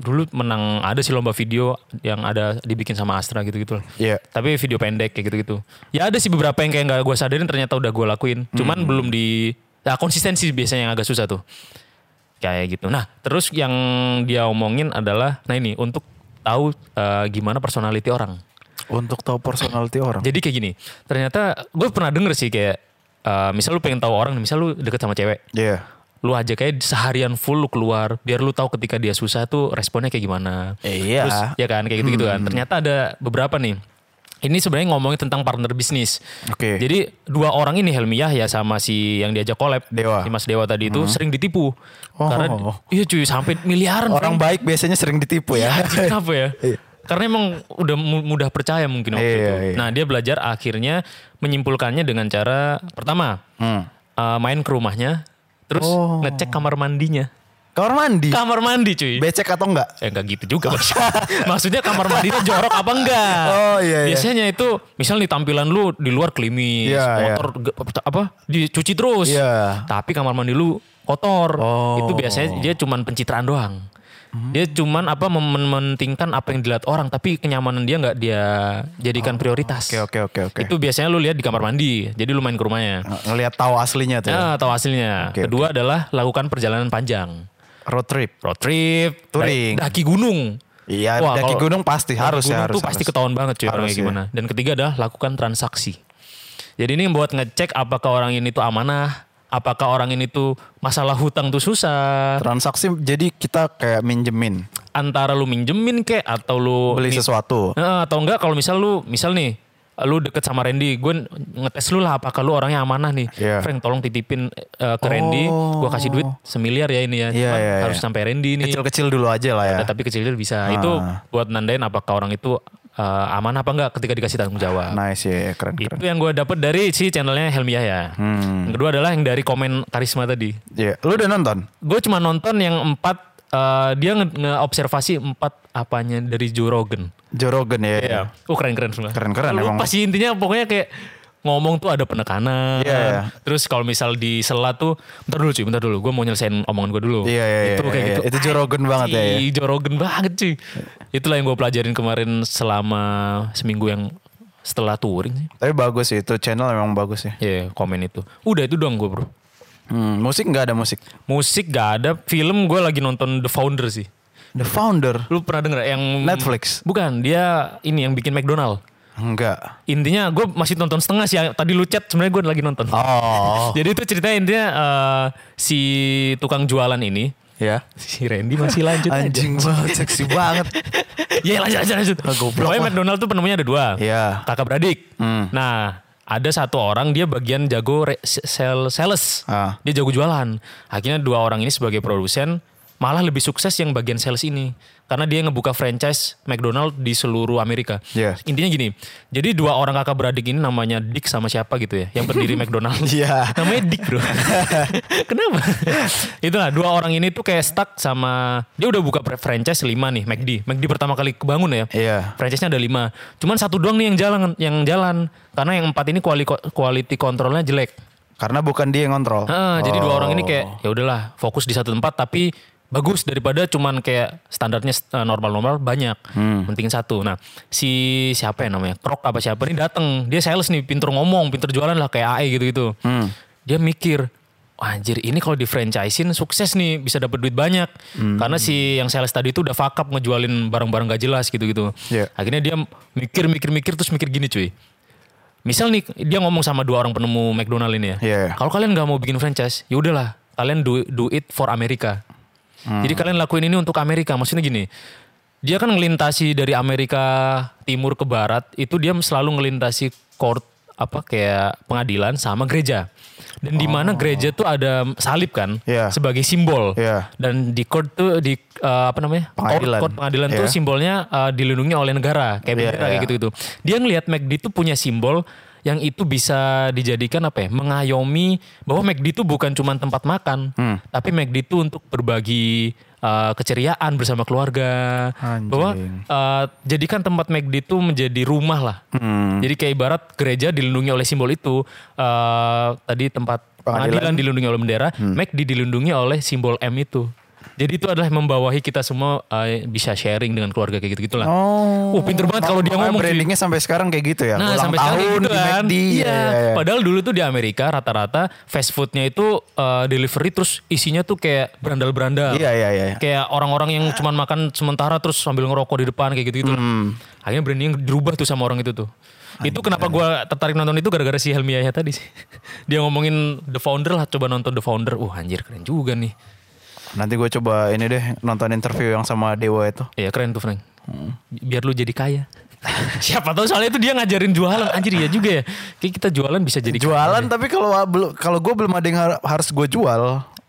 Speaker 1: dulu menang ada sih lomba video yang ada dibikin sama Astra gitu-gitu. lah.
Speaker 3: Iya.
Speaker 1: Tapi video pendek kayak gitu-gitu. Ya ada sih beberapa yang kayak nggak gue sadarin ternyata udah gue lakuin. Cuman belum di nah, konsistensi biasanya yang agak susah tuh. Kayak gitu. Nah, terus yang dia omongin adalah nah ini untuk tahu eh, gimana personality orang.
Speaker 3: untuk tahu personality orang
Speaker 1: Jadi kayak gini, ternyata gue pernah denger sih kayak eh, misal lu pengen tahu orang, nih, misal lu deket sama cewek,
Speaker 3: iya
Speaker 1: lu aja kayak seharian full lu keluar, biar lu tahu ketika dia susah tuh responnya kayak gimana.
Speaker 3: Eh, iya. Hmm.
Speaker 1: Terus ya kan kayak gitu gitu kan. Ternyata ada beberapa nih. Ini sebenarnya ngomongin tentang partner bisnis.
Speaker 3: Oke.
Speaker 1: Jadi dua orang ini Helmi Yahya sama si yang diajak collab
Speaker 3: Dewa.
Speaker 1: si
Speaker 3: Hmm.
Speaker 1: Mas Dewa tadi itu sering ditipu.
Speaker 3: Oh.
Speaker 1: Karena iya cuy sampai miliaran
Speaker 3: orang
Speaker 1: Frank.
Speaker 3: baik biasanya sering ditipu ya
Speaker 1: Anjing, Kenapa ya? Karena emang udah mu- mudah percaya mungkin waktu
Speaker 3: Iya,
Speaker 1: itu.
Speaker 3: iya.
Speaker 1: Nah dia belajar akhirnya menyimpulkannya dengan cara pertama
Speaker 3: Hmm.
Speaker 1: eh, main ke rumahnya, terus
Speaker 3: Oh.
Speaker 1: ngecek kamar mandinya.
Speaker 3: (laughs) kamar mandi
Speaker 1: Kamar mandi cuy.
Speaker 3: becek atau enggak
Speaker 1: Ya enggak gitu juga. (laughs) Mas. Maksudnya kamar mandinya jorok apa enggak?
Speaker 3: Oh, iya, iya.
Speaker 1: Biasanya itu misal nih tampilan lu di luar klimis,
Speaker 3: Iya,
Speaker 1: motor ge- apa dicuci terus.
Speaker 3: Iya.
Speaker 1: Tapi kamar mandi lu kotor.
Speaker 3: Oh. Hmm.
Speaker 1: Itu biasanya dia cuman pencitraan doang. Dia cuman apa mementingkan apa yang dilihat orang tapi kenyamanan dia nggak dia jadikan prioritas.
Speaker 3: oke Oh, oke oke oke
Speaker 1: Itu biasanya lu lihat di kamar mandi. Jadi lu main ke rumahnya.
Speaker 3: ngelihat tahu aslinya tuh ya.
Speaker 1: Nah, tahu hasilnya.
Speaker 3: Oke,
Speaker 1: Kedua adalah lakukan perjalanan panjang
Speaker 3: road trip
Speaker 1: road trip,
Speaker 3: Touring.
Speaker 1: da- daki gunung.
Speaker 3: Iya,
Speaker 1: Wah,
Speaker 3: daki
Speaker 1: kalau
Speaker 3: gunung pasti,
Speaker 1: daki
Speaker 3: harus ya,
Speaker 1: gunung tuh
Speaker 3: harus,
Speaker 1: pasti
Speaker 3: harus.
Speaker 1: ketahuan banget cuy orangnya
Speaker 3: Harus, ya.
Speaker 1: gimana. Dan ketiga adalah lakukan transaksi. Jadi ini buat ngecek apakah orang ini tuh amanah, apakah orang ini tuh masalah hutang tuh susah.
Speaker 3: transaksi jadi kita kayak minjemin
Speaker 1: antara lu minjemin kek atau lu
Speaker 3: beli
Speaker 1: ini-
Speaker 3: sesuatu.
Speaker 1: Heeh, atau enggak kalau misal lu misal nih lu deket sama Randy, gue ngetes lu lah apakah lu orangnya amanah nih.
Speaker 3: Iya. Oh.
Speaker 1: Frank tolong titipin eh, ke Randy, gue kasih duit semiliar ya ini ya.
Speaker 3: Iya,
Speaker 1: Cuman
Speaker 3: iya, iya.
Speaker 1: harus sampai Randy nih.
Speaker 3: Kecil-kecil dulu aja lah ya.
Speaker 1: Nah, tapi kecil bisa. Itu buat nandain apakah orang itu eh, amanah apa enggak ketika dikasih tanggung jawab.
Speaker 3: Nice ya, keren keren.
Speaker 1: Itu yang gue dapet dari si channelnya Helmi Yahya. Yang kedua adalah yang dari komen Karisma tadi.
Speaker 3: Iya, lu udah nonton?
Speaker 1: Gue cuma nonton yang empat, eh, dia nge- ngeobservasi empat apanya dari Joe Rogan.
Speaker 3: Jorogen ya.
Speaker 1: Iya. Uh keren-keren semua.
Speaker 3: Keren-keren
Speaker 1: Lu
Speaker 3: emang.
Speaker 1: Pasti intinya pokoknya kayak ngomong tuh ada penekanan.
Speaker 3: Iya, iya.
Speaker 1: Terus kalau misal di sela tuh, bentar dulu cuy, bentar dulu. Gue mau nyelesain omongan gue dulu.
Speaker 3: Iya, iya,
Speaker 1: Itu
Speaker 3: iya,
Speaker 1: kayak
Speaker 3: iya.
Speaker 1: gitu.
Speaker 3: Itu Joe Rogan
Speaker 1: Anjing,
Speaker 3: banget ya, iya.
Speaker 1: Joe Rogan banget cuy. Itulah yang gue pelajarin kemarin selama seminggu yang setelah touring sih.
Speaker 3: Tapi bagus sih, itu channel emang bagus ya.
Speaker 1: Iya, komen itu. Udah itu doang gue bro.
Speaker 3: Hmm, musik nggak ada musik.
Speaker 1: Musik gak ada, film gue lagi nonton The Founder sih.
Speaker 3: The Founder
Speaker 1: Lu pernah denger yang
Speaker 3: Netflix.
Speaker 1: Bukan, dia ini yang bikin McDonald.
Speaker 3: enggak.
Speaker 1: Intinya gue masih nonton setengah sih. Tadi lu chat sebenarnya gue lagi nonton. (laughs)
Speaker 3: Oh.
Speaker 1: Jadi itu ceritanya intinya eh, si tukang jualan ini
Speaker 3: ya.
Speaker 1: si Randy masih lanjut aja.
Speaker 3: Anjing banget, seksi banget.
Speaker 1: Iya lanjut lanjut lanjut.
Speaker 3: Ah, goblok
Speaker 1: Pokoknya
Speaker 3: lah.
Speaker 1: McDonald tuh penemunya ada dua.
Speaker 3: Iya. Hmm.
Speaker 1: Kakak beradik. Nah ada satu orang dia bagian jago re- sel sales.
Speaker 3: Ah.
Speaker 1: Dia jago jualan. Akhirnya dua orang ini sebagai produsen malah lebih sukses yang bagian sales ini karena dia ngebuka franchise McDonald di seluruh Amerika.
Speaker 3: Iya.
Speaker 1: Intinya gini. Jadi dua orang kakak beradik ini namanya Dick sama siapa gitu ya yang
Speaker 3: (laughs)
Speaker 1: pendiri McDonald.
Speaker 3: Iya.
Speaker 1: Namanya Dick bro. Kenapa? Itulah dua orang ini tuh kayak stuck sama dia udah buka pre- franchise lima nih McD. McD pertama kali kebangun ya.
Speaker 3: Iya.
Speaker 1: Franchise-nya ada lima. Cuman satu doang nih yang jalan yang jalan karena yang empat ini kuali, quality kontrolnya jelek.
Speaker 3: Karena bukan dia yang kontrol.
Speaker 1: Heeh, Ah, Jadi dua
Speaker 3: Oh.
Speaker 1: orang ini kayak ya udahlah fokus di satu tempat tapi bagus daripada cuman kayak standarnya eh, normal-normal banyak.
Speaker 3: Hmm.
Speaker 1: Pentingin satu. Nah, si siapa ya namanya? Krok apa siapa ini datang. Dia sales nih, pinter ngomong, pinter jualan lah kayak AE gitu-gitu.
Speaker 3: Hmm.
Speaker 1: Dia mikir, "Wah, anjir ini kalau di franchisein sukses nih bisa dapat duit banyak
Speaker 3: Hmm.
Speaker 1: karena si yang sales tadi itu udah fuck up ngejualin barang-barang gak jelas gitu-gitu
Speaker 3: Iya.
Speaker 1: akhirnya dia mikir-mikir-mikir terus mikir gini cuy Misal nih dia ngomong sama dua orang penemu McDonald ini ya.
Speaker 3: Iya.
Speaker 1: Kalau kalian nggak mau bikin franchise, ya udahlah, kalian do, do it for Amerika.
Speaker 3: Hmm.
Speaker 1: Jadi kalian lakuin ini untuk Amerika. Maksudnya gini, dia kan ngelintasi dari Amerika Timur ke Barat, itu dia selalu ngelintasi court apa kayak pengadilan sama gereja. Dan di mana gereja tuh ada salib kan
Speaker 3: Oh. Iya.
Speaker 1: sebagai simbol.
Speaker 3: Iya.
Speaker 1: Dan di court tuh di eh, apa namanya?
Speaker 3: Pengadilan.
Speaker 1: Court, court pengadilan tuh
Speaker 3: Iya.
Speaker 1: simbolnya eh, dilindungi oleh negara kayak
Speaker 3: Iya,
Speaker 1: bendera kayak
Speaker 3: iya.
Speaker 1: gitu-gitu. Dia ngelihat McD itu punya simbol yang itu bisa dijadikan apa ya? Mengayomi bahwa McD itu bukan cuma tempat makan,
Speaker 3: Hmm.
Speaker 1: tapi McD itu untuk berbagi uh, keceriaan bersama keluarga.
Speaker 3: Anjing.
Speaker 1: Bahwa uh, jadikan tempat McD itu menjadi rumah lah.
Speaker 3: Hmm.
Speaker 1: Jadi kayak ibarat gereja dilindungi oleh simbol itu. Uh, tadi tempat pengadilan,
Speaker 3: Pengadilan. Hmm.
Speaker 1: dilindungi oleh bendera, McD dilindungi oleh simbol M itu. Jadi itu adalah membawahi kita semua uh, bisa sharing dengan keluarga kayak gitu gitulah.
Speaker 3: Oh.
Speaker 1: Wah, pinter banget kalau dia
Speaker 3: Makanya
Speaker 1: ngomong. cuy.
Speaker 3: brandingnya sampai sekarang kayak gitu ya.
Speaker 1: Nah,
Speaker 3: Ulang
Speaker 1: sampai sekarang
Speaker 3: tahun
Speaker 1: gitu
Speaker 3: di
Speaker 1: kan.
Speaker 3: McD.
Speaker 1: Iya.
Speaker 3: Iya, iya.
Speaker 1: Padahal dulu tuh di Amerika rata-rata fast foodnya itu eh, delivery terus isinya tuh kayak berandal-berandal.
Speaker 3: Iya, iya, iya.
Speaker 1: Kayak orang-orang yang cuman makan sementara terus sambil ngerokok di depan kayak gitu-gitu.
Speaker 3: Hmm.
Speaker 1: Akhirnya branding dirubah tuh sama orang itu tuh. Itu kenapa gua tertarik nonton itu gara-gara si Helmi Yahya tadi sih. (laughs) Dia ngomongin The Founder lah, coba nonton The Founder. Wah anjir keren juga nih.
Speaker 3: Nanti gue coba ini deh nonton interview yang sama Dewa itu.
Speaker 1: Iya keren tuh Frank.
Speaker 3: Hmm.
Speaker 1: Biar lu jadi kaya. (laughs) Siapa tahu soalnya itu dia ngajarin jualan anjir ya juga ya. Kayak kita jualan bisa jadi kaya.
Speaker 3: Jualan tapi kalau belum kalau gue belum ada yang har- harus gue jual.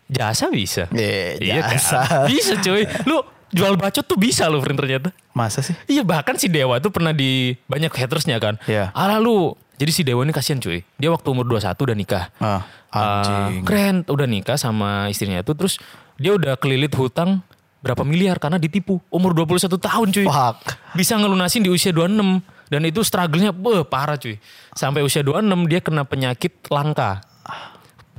Speaker 1: Jasa bisa.
Speaker 3: Iya,
Speaker 1: kan?
Speaker 3: jasa.
Speaker 1: (laughs) Bisa cuy. Lu jual bacot tuh bisa lu Frin ternyata.
Speaker 3: Masa sih?
Speaker 1: Iya bahkan si Dewa tuh pernah di banyak hatersnya kan.
Speaker 3: Iya.
Speaker 1: Alah lu. Jadi si Dewa ini kasihan cuy. Dia waktu umur 21 udah nikah.
Speaker 3: Ah,
Speaker 1: Eh,
Speaker 3: anjing.
Speaker 1: keren udah nikah sama istrinya itu terus dia udah kelilit hutang berapa miliar karena ditipu. Umur 21 tahun cuy.
Speaker 3: Fuck.
Speaker 1: Bisa ngelunasin di usia 26 dan itu struggle-nya beuh, parah cuy. Sampai usia 26 dia kena penyakit langka.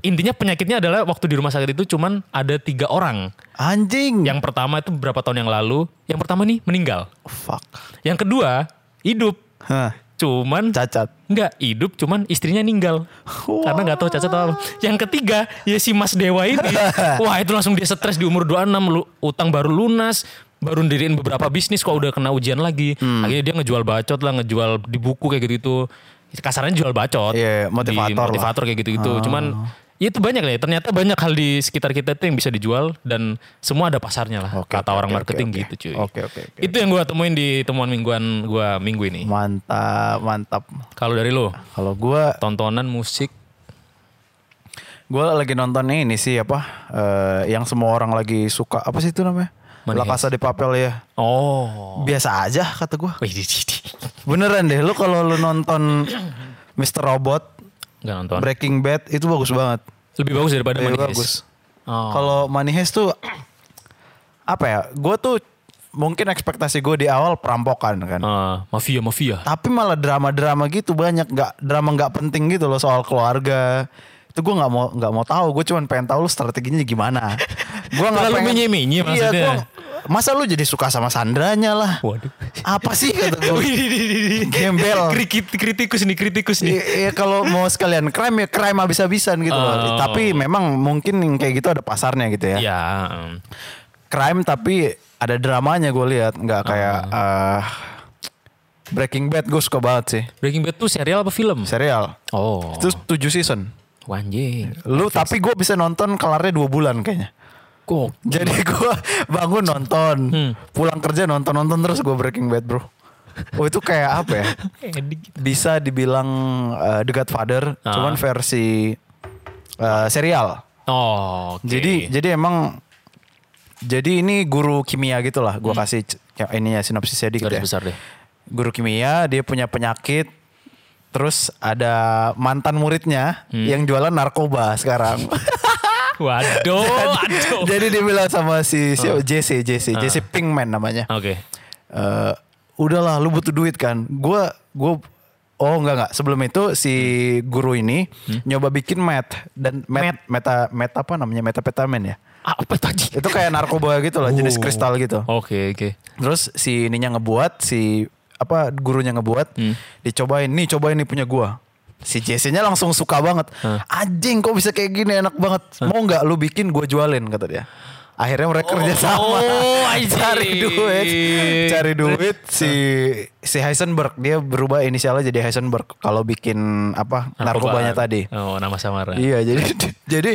Speaker 1: Intinya penyakitnya adalah waktu di rumah sakit itu cuman ada tiga orang.
Speaker 3: Anjing.
Speaker 1: Yang pertama itu berapa tahun yang lalu. Yang pertama nih meninggal.
Speaker 3: fuck.
Speaker 1: Yang kedua hidup.
Speaker 3: Hah,
Speaker 1: Cuman
Speaker 3: cacat.
Speaker 1: nggak hidup cuman istrinya ninggal. Karena nggak tahu cacat atau apa. Yang ketiga ya si Mas Dewa
Speaker 3: (laughs)
Speaker 1: ini. wah itu langsung dia stres di umur 26. Lu, utang baru lunas. Baru ndiriin beberapa bisnis kok udah kena ujian lagi.
Speaker 3: Hmm.
Speaker 1: Akhirnya dia ngejual bacot lah. Ngejual di buku kayak gitu-gitu. Kasarnya jual bacot.
Speaker 3: Iya,
Speaker 1: Di
Speaker 3: motivator lah. Ah.
Speaker 1: Motivator kayak gitu-gitu. Cuman itu banyak ya. Ternyata banyak hal di sekitar kita itu yang bisa dijual dan semua ada pasarnya lah.
Speaker 3: Oke,
Speaker 1: kata
Speaker 3: oke,
Speaker 1: orang
Speaker 3: oke,
Speaker 1: marketing
Speaker 3: oke.
Speaker 1: gitu cuy.
Speaker 3: Oke, oke, oke.
Speaker 1: Itu yang gua temuin di temuan mingguan gua minggu ini.
Speaker 3: Mantap, mantap.
Speaker 1: Kalau dari lo,
Speaker 3: Kalau gua
Speaker 1: tontonan musik
Speaker 3: gua lagi nonton ini sih apa eh, yang semua orang lagi suka apa sih itu namanya?
Speaker 1: Money
Speaker 3: La Casa de Papel ya.
Speaker 1: Oh.
Speaker 3: Biasa aja kata gua.
Speaker 1: Wih, di- di- di.
Speaker 3: Beneran deh lu kalau lu
Speaker 1: (coughs)
Speaker 3: nonton Mr. Robot,
Speaker 1: Nggak nonton.
Speaker 3: Breaking Bad itu bagus banget.
Speaker 1: Lebih bagus daripada
Speaker 3: Lebih
Speaker 1: Money Heist.
Speaker 3: bagus.
Speaker 1: Oh.
Speaker 3: Kalau Money Heist tuh apa ya? Gue tuh mungkin ekspektasi gue di awal perampokan kan.
Speaker 1: Ah, mafia, mafia.
Speaker 3: Tapi malah drama-drama gitu banyak nggak drama nggak penting gitu loh soal keluarga. Itu gue nggak mau nggak mau tahu. Gue cuman pengen tahu lu strateginya
Speaker 1: (laughs)
Speaker 3: gimana. gue nggak
Speaker 1: Terlalu menye-menye
Speaker 3: Iya,
Speaker 1: maksudnya.
Speaker 3: gua- masa lu jadi suka sama Sandranya lah.
Speaker 1: Waduh.
Speaker 3: Apa sih kata gue?
Speaker 1: Wih, di- di- di- di.
Speaker 3: Iya. Gembel.
Speaker 1: Krikit- kritikus nih, kritikus nih.
Speaker 3: Iya iya, kalau mau sekalian crime ya crime habis-habisan gitu loh.
Speaker 1: Oh.
Speaker 3: Tapi memang mungkin yang kayak gitu ada pasarnya gitu ya.
Speaker 1: Ya, em,
Speaker 3: Crime tapi ada dramanya gue lihat nggak kayak
Speaker 1: Ah.
Speaker 3: eh, Breaking Bad gue suka banget sih
Speaker 1: Breaking Bad tuh serial apa film?
Speaker 3: serial.
Speaker 1: Oh.
Speaker 3: Itu 7 season.
Speaker 1: Wanjing.
Speaker 3: Lu tapi gue bisa nonton kelarnya dua bulan kayaknya.
Speaker 1: Kok
Speaker 3: Jadi gue (laughs) bangun nonton,
Speaker 1: Hmm.
Speaker 3: pulang kerja nonton nonton terus gue Breaking Bad bro. Oh itu kayak apa ya? bisa dibilang eh, The Godfather,
Speaker 1: Ah.
Speaker 3: cuman versi eh, serial.
Speaker 1: Oh, oke.
Speaker 3: Jadi jadi emang jadi ini guru kimia gitulah. Gua
Speaker 1: Hmm.
Speaker 3: kasih c- ya, ini ya sinopsisnya dikit
Speaker 1: garis
Speaker 3: ya.
Speaker 1: besar deh.
Speaker 3: Guru kimia dia punya penyakit terus ada mantan muridnya
Speaker 1: Hmm.
Speaker 3: yang jualan narkoba sekarang.
Speaker 1: (laughs) Waduh, (laughs) Oh. Ah. aduh.
Speaker 3: (laughs) jadi dia bilang sama si, si JC JC JC Pinkman namanya.
Speaker 1: Oke.
Speaker 3: Eh, udahlah lu butuh duit kan gue gue oh enggak enggak sebelum itu si
Speaker 1: Hmm.
Speaker 3: guru ini nyoba bikin meth dan meth meta meta apa namanya metapetamin ya
Speaker 1: Ah, Apa tadi?
Speaker 3: itu kayak narkoba gitu lah jenis
Speaker 1: Oh.
Speaker 3: kristal gitu
Speaker 1: Oke, oke.
Speaker 3: terus si ininya ngebuat si apa gurunya ngebuat dicobain nih cobain nih punya gua si JC-nya langsung suka banget anjing kok bisa kayak gini enak banget mau nggak lu bikin gua jualin kata dia akhirnya mereka kerja sama (laughs)
Speaker 1: oh, I see.
Speaker 3: cari duit cari duit si si Heisenberg dia berubah inisialnya jadi Heisenberg kalau bikin apa narkobanya tadi
Speaker 1: Oh, nama samaran.
Speaker 3: Iya jadi (laughs) jadi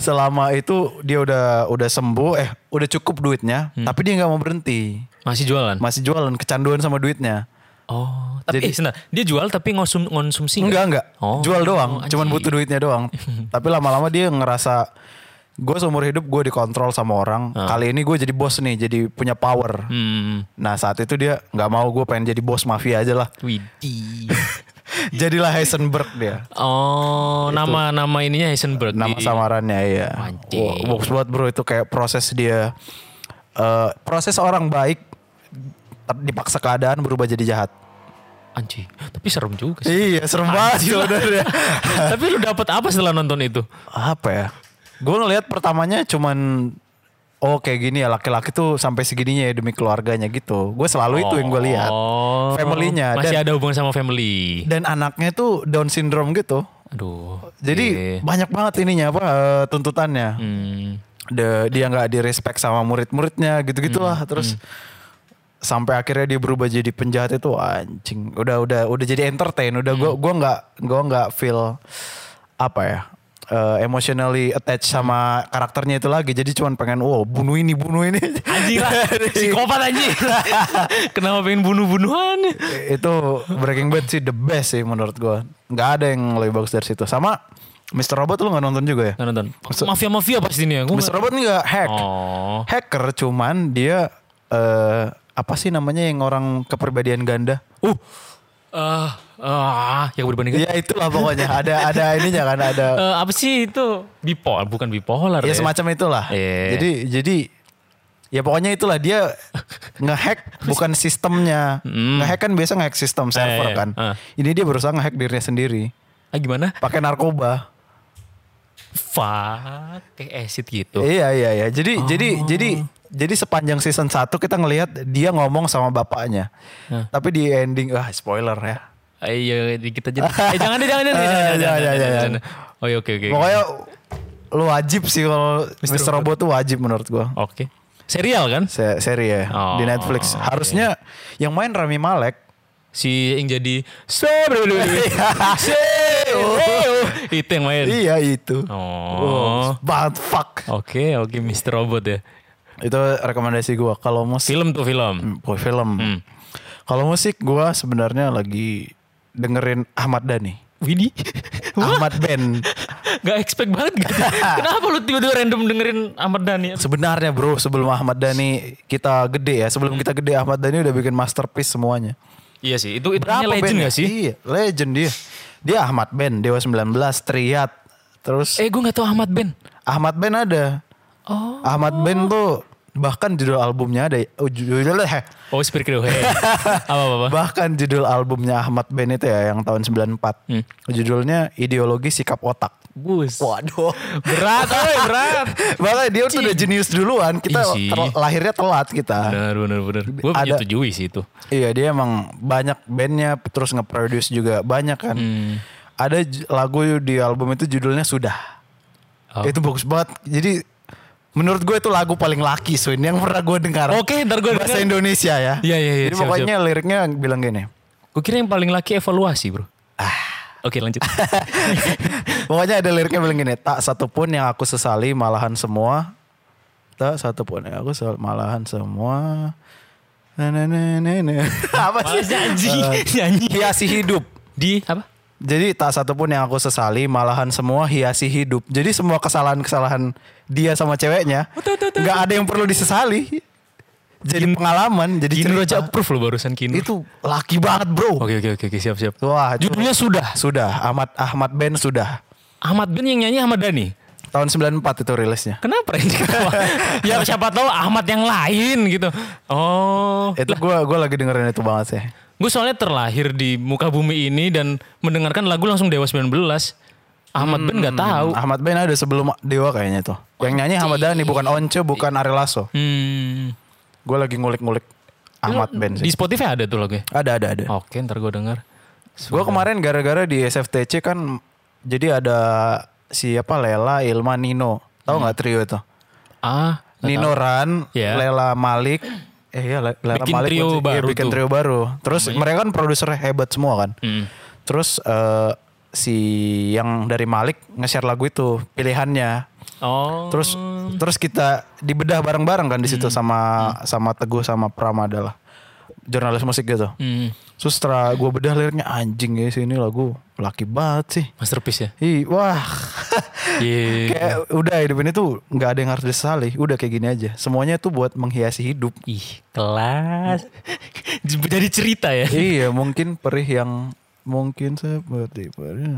Speaker 3: selama itu dia udah udah sembuh eh udah cukup duitnya tapi dia nggak mau berhenti
Speaker 1: Masih jualan?
Speaker 3: (laughs) masih jualan kecanduan sama duitnya
Speaker 1: Oh, tapi
Speaker 3: Jadi-
Speaker 1: eh, sebentar. Dia jual tapi ngonsum, ngonsumsi nggak?
Speaker 3: enggak enggak
Speaker 1: Oh.
Speaker 3: jual
Speaker 1: Oh,
Speaker 3: doang cuman
Speaker 1: anjing.
Speaker 3: butuh duitnya
Speaker 1: (laughs)
Speaker 3: doang tapi lama-lama dia ngerasa gue seumur hidup gue dikontrol sama orang kali ini gue jadi bos nih jadi punya
Speaker 1: Ah.
Speaker 3: power
Speaker 1: Hmm.
Speaker 3: nah saat itu dia nggak mau gue pengen jadi bos mafia aja
Speaker 1: (laughs)
Speaker 3: lah (laughs)
Speaker 1: Widih.
Speaker 3: jadilah Heisenberg dia
Speaker 1: Oh, nama nama ininya Heisenberg.
Speaker 3: nama samarannya ya.
Speaker 1: Anjing.
Speaker 3: Box buat bro itu kayak proses dia eh, proses orang baik ter- dipaksa keadaan berubah jadi jahat.
Speaker 1: Anjing, tapi serem juga sih.
Speaker 3: Iya serem banget
Speaker 1: (laughs)
Speaker 3: sebenarnya. Iya.
Speaker 1: tapi lu dapat apa setelah nonton itu?
Speaker 3: Apa ya? Gue ngelihat pertamanya cuman oh kayak gini ya laki-laki tuh sampai segininya ya demi keluarganya gitu. Gue selalu itu yang gue lihat.
Speaker 1: Oh.
Speaker 3: Family-nya
Speaker 1: Masih
Speaker 3: dan,
Speaker 1: ada hubungan sama family.
Speaker 3: dan anaknya tuh Down syndrome gitu.
Speaker 1: Aduh.
Speaker 3: Jadi
Speaker 1: iya.
Speaker 3: banyak banget ininya apa eh, tuntutannya.
Speaker 1: Hmm.
Speaker 3: The- dia nggak direspek sama murid-muridnya gitu-gitulah
Speaker 1: Hmm.
Speaker 3: terus sampai akhirnya dia berubah jadi penjahat itu anjing udah udah udah jadi entertain udah
Speaker 1: Hmm.
Speaker 3: gua gua nggak gua nggak feel apa ya eh, emotionally attached sama karakternya itu lagi jadi cuman pengen wow bunuh ini bunuh ini
Speaker 1: Anjing
Speaker 3: (laughs)
Speaker 1: lah, psikopat anjing. Kenapa pengen bunuh-bunuhan?
Speaker 3: itu Breaking Bad sih the best sih menurut gua nggak ada yang lebih bagus dari situ sama Mr. Robot lu nggak nonton juga ya
Speaker 1: Nggak nonton. Mafia-mafia pasti ini ya. Gua
Speaker 3: Mr. Robot nggak hack
Speaker 1: Oh.
Speaker 3: hacker cuman dia eh apa sih namanya yang orang kepribadian ganda?
Speaker 1: Uh. Ah, ah, yang berbanding
Speaker 3: Ya itulah pokoknya ada ada ininya kan ada
Speaker 1: Eh, apa sih itu bipolar bukan bipolar
Speaker 3: ya
Speaker 1: ya,
Speaker 3: semacam itulah.
Speaker 1: Iya.
Speaker 3: Jadi jadi ya pokoknya itulah dia ngehack bukan sistemnya. Ngehack kan biasa ngehack sistem
Speaker 1: Hmm. iya.
Speaker 3: server kan.
Speaker 1: Ah.
Speaker 3: Ini dia berusaha ngehack dirinya sendiri
Speaker 1: ah, gimana
Speaker 3: pakai narkoba.
Speaker 1: fuck kayak acid gitu
Speaker 3: Iya iya iya. Jadi
Speaker 1: Oh.
Speaker 3: jadi jadi jadi sepanjang season 1 kita ngelihat dia ngomong sama bapaknya. Tapi di ending ah spoiler ya.
Speaker 1: ayo Ah, dikit aja eh jangan deh jangan
Speaker 3: (laughs)
Speaker 1: deh jangan,
Speaker 3: Eh,
Speaker 1: jangan,
Speaker 3: jangan,
Speaker 1: jangan,
Speaker 3: jangan,
Speaker 1: jangan. oh iya, oke oke
Speaker 3: Pokoknya lu wajib sih kalau Mr. Robot tuh wajib menurut gua.
Speaker 1: oke serial kan
Speaker 3: Se seri ya
Speaker 1: Oh,
Speaker 3: di Netflix.
Speaker 1: oke.
Speaker 3: Harusnya yang main Rami Malek. (laughs) Oh.
Speaker 1: si yang jadi Se- itu yang main.
Speaker 3: Iya itu.
Speaker 1: Oh.
Speaker 3: Bad fuck.
Speaker 1: Oke, oke Mr. Robot ya.
Speaker 3: Itu rekomendasi gua Kalau musik,
Speaker 1: Film tuh film.
Speaker 3: Hmm, boy, film. Kalau musik gua sebenarnya lagi dengerin Ahmad Dhani.
Speaker 1: Widi.
Speaker 3: Ahmad Ben.
Speaker 1: Gak expect banget
Speaker 3: (laughs)
Speaker 1: gitu. Kenapa lu tiba-tiba random dengerin Ahmad Dhani?
Speaker 3: Sebenarnya bro, sebelum Ahmad Dhani kita gede ya, sebelum kita gede Ahmad Dhani udah bikin masterpiece semuanya.
Speaker 1: Iya sih, itu itu
Speaker 3: Berapa
Speaker 1: legend
Speaker 3: bandnya?
Speaker 1: gak sih?
Speaker 3: Iya, legend dia. Dia Ahmad Ben, Dewa 19, Triat. Terus
Speaker 1: Eh, gue gak tahu Ahmad Ben.
Speaker 3: Ahmad Ben ada.
Speaker 1: Oh.
Speaker 3: Ahmad Ben tuh bahkan judul albumnya ada oh, judul
Speaker 1: Oh, Spirit Crew. Hey. apa apa apa?
Speaker 3: bahkan judul albumnya Ahmad Ben itu ya yang tahun 94.
Speaker 1: Hmm.
Speaker 3: Judulnya Ideologi Sikap Otak.
Speaker 1: Bus.
Speaker 3: Waduh.
Speaker 1: Berat, oi, berat.
Speaker 3: (laughs) Makanya dia tuh udah jenius duluan. Kita
Speaker 1: Iya sih.
Speaker 3: ter- lahirnya telat kita.
Speaker 1: Benar, benar, benar. Gue
Speaker 3: Ada-
Speaker 1: menyetujui sih itu.
Speaker 3: Iya dia emang banyak bandnya terus nge-produce juga banyak kan.
Speaker 1: Hmm.
Speaker 3: Ada j- lagu di album itu judulnya Sudah.
Speaker 1: Oh.
Speaker 3: Itu bagus banget. Jadi menurut gue itu lagu paling laki Swin yang pernah gue dengar.
Speaker 1: Oke, ntar gue
Speaker 3: Bahasa
Speaker 1: denger.
Speaker 3: Indonesia ya.
Speaker 1: Iya, iya, iya,
Speaker 3: Jadi
Speaker 1: siap,
Speaker 3: pokoknya liriknya bilang gini.
Speaker 1: Gue kira yang paling laki evaluasi, bro.
Speaker 3: Ah.
Speaker 1: Oke,
Speaker 3: (laughs)
Speaker 1: lanjut.
Speaker 3: pokoknya ada liriknya bilang gini. Tak satupun yang aku sesali malahan semua. Tak satupun yang aku sesali malahan semua. Na, na, na, na, na. Apa sih?
Speaker 1: Males nyanyi, nyanyi.
Speaker 3: Hiasi hidup.
Speaker 1: Di apa?
Speaker 3: Jadi tak satupun yang aku sesali, malahan semua hiasi hidup. Jadi semua kesalahan-kesalahan dia sama ceweknya, nggak ada yang perlu disesali. Jadi pengalaman, jadi
Speaker 1: Kinur aja
Speaker 3: cerita.
Speaker 1: approve lo barusan Kinur.
Speaker 3: Itu laki banget bro.
Speaker 1: Oke, oke, oke, oke, siap, siap.
Speaker 3: Wah, itu-
Speaker 1: Judulnya sudah.
Speaker 3: sudah Ahmad Ahmad Ben sudah.
Speaker 1: Ahmad Ben yang nyanyi Ahmad Dhani.
Speaker 3: Tahun 94 itu rilisnya.
Speaker 1: Kenapa
Speaker 3: (laughs)
Speaker 1: ini? Kenapa? ya siapa tahu Ahmad yang lain gitu. Oh,
Speaker 3: Itu gua gua lagi dengerin itu banget sih.
Speaker 1: gue soalnya terlahir di muka bumi ini dan mendengarkan lagu langsung Dewa 19. Ahmad Ben
Speaker 3: Hmm.
Speaker 1: nggak tahu.
Speaker 3: Ahmad Ben ada sebelum Dewa kayaknya tuh. Yang nyanyi Ahmad Dhani bukan Once, bukan Ari Lasso.
Speaker 1: Hmm.
Speaker 3: Gua lagi ngulik-ngulik Ahmad
Speaker 1: Di
Speaker 3: Ben
Speaker 1: Oh.
Speaker 3: sih. Ya.
Speaker 1: Spotify ada tuh lagunya.
Speaker 3: Ada ada ada.
Speaker 1: Oke, ntar gue denger.
Speaker 3: Gue kemarin gara-gara di SFTC kan jadi ada siapa Lela, Ilma, Nino.
Speaker 1: Hmm.
Speaker 3: Tahu nggak trio itu?
Speaker 1: Ah,
Speaker 3: Nino Ran,
Speaker 1: Ya.
Speaker 3: Lela Malik. Eh iya Le- Lela
Speaker 1: Bikin
Speaker 3: Malik
Speaker 1: trio
Speaker 3: buat- iya,
Speaker 1: baru
Speaker 3: bikin
Speaker 1: tuh. Iya.
Speaker 3: trio baru. Terus mereka kan produser hebat semua kan.
Speaker 1: Hmm.
Speaker 3: Terus eh, si yang dari Malik nge-share lagu itu pilihannya.
Speaker 1: oh.
Speaker 3: Terus terus kita dibedah bareng-bareng kan di situ
Speaker 1: Hmm.
Speaker 3: sama sama Teguh sama Pram adalah jurnalis musik gitu.
Speaker 1: Hmm.
Speaker 3: Terus setelah gue bedah liriknya anjing ya sini lagu laki banget sih.
Speaker 1: Masterpiece ya.
Speaker 3: Ih, wah. (laughs)
Speaker 1: Iya.
Speaker 3: kayak udah hidup ini tuh nggak ada yang harus disesali. Udah kayak gini aja. Semuanya tuh buat menghiasi
Speaker 1: (laughs)
Speaker 3: hidup.
Speaker 1: Ih, kelas. (laughs) Jadi cerita ya.
Speaker 3: iya, mungkin perih yang mungkin seperti perih.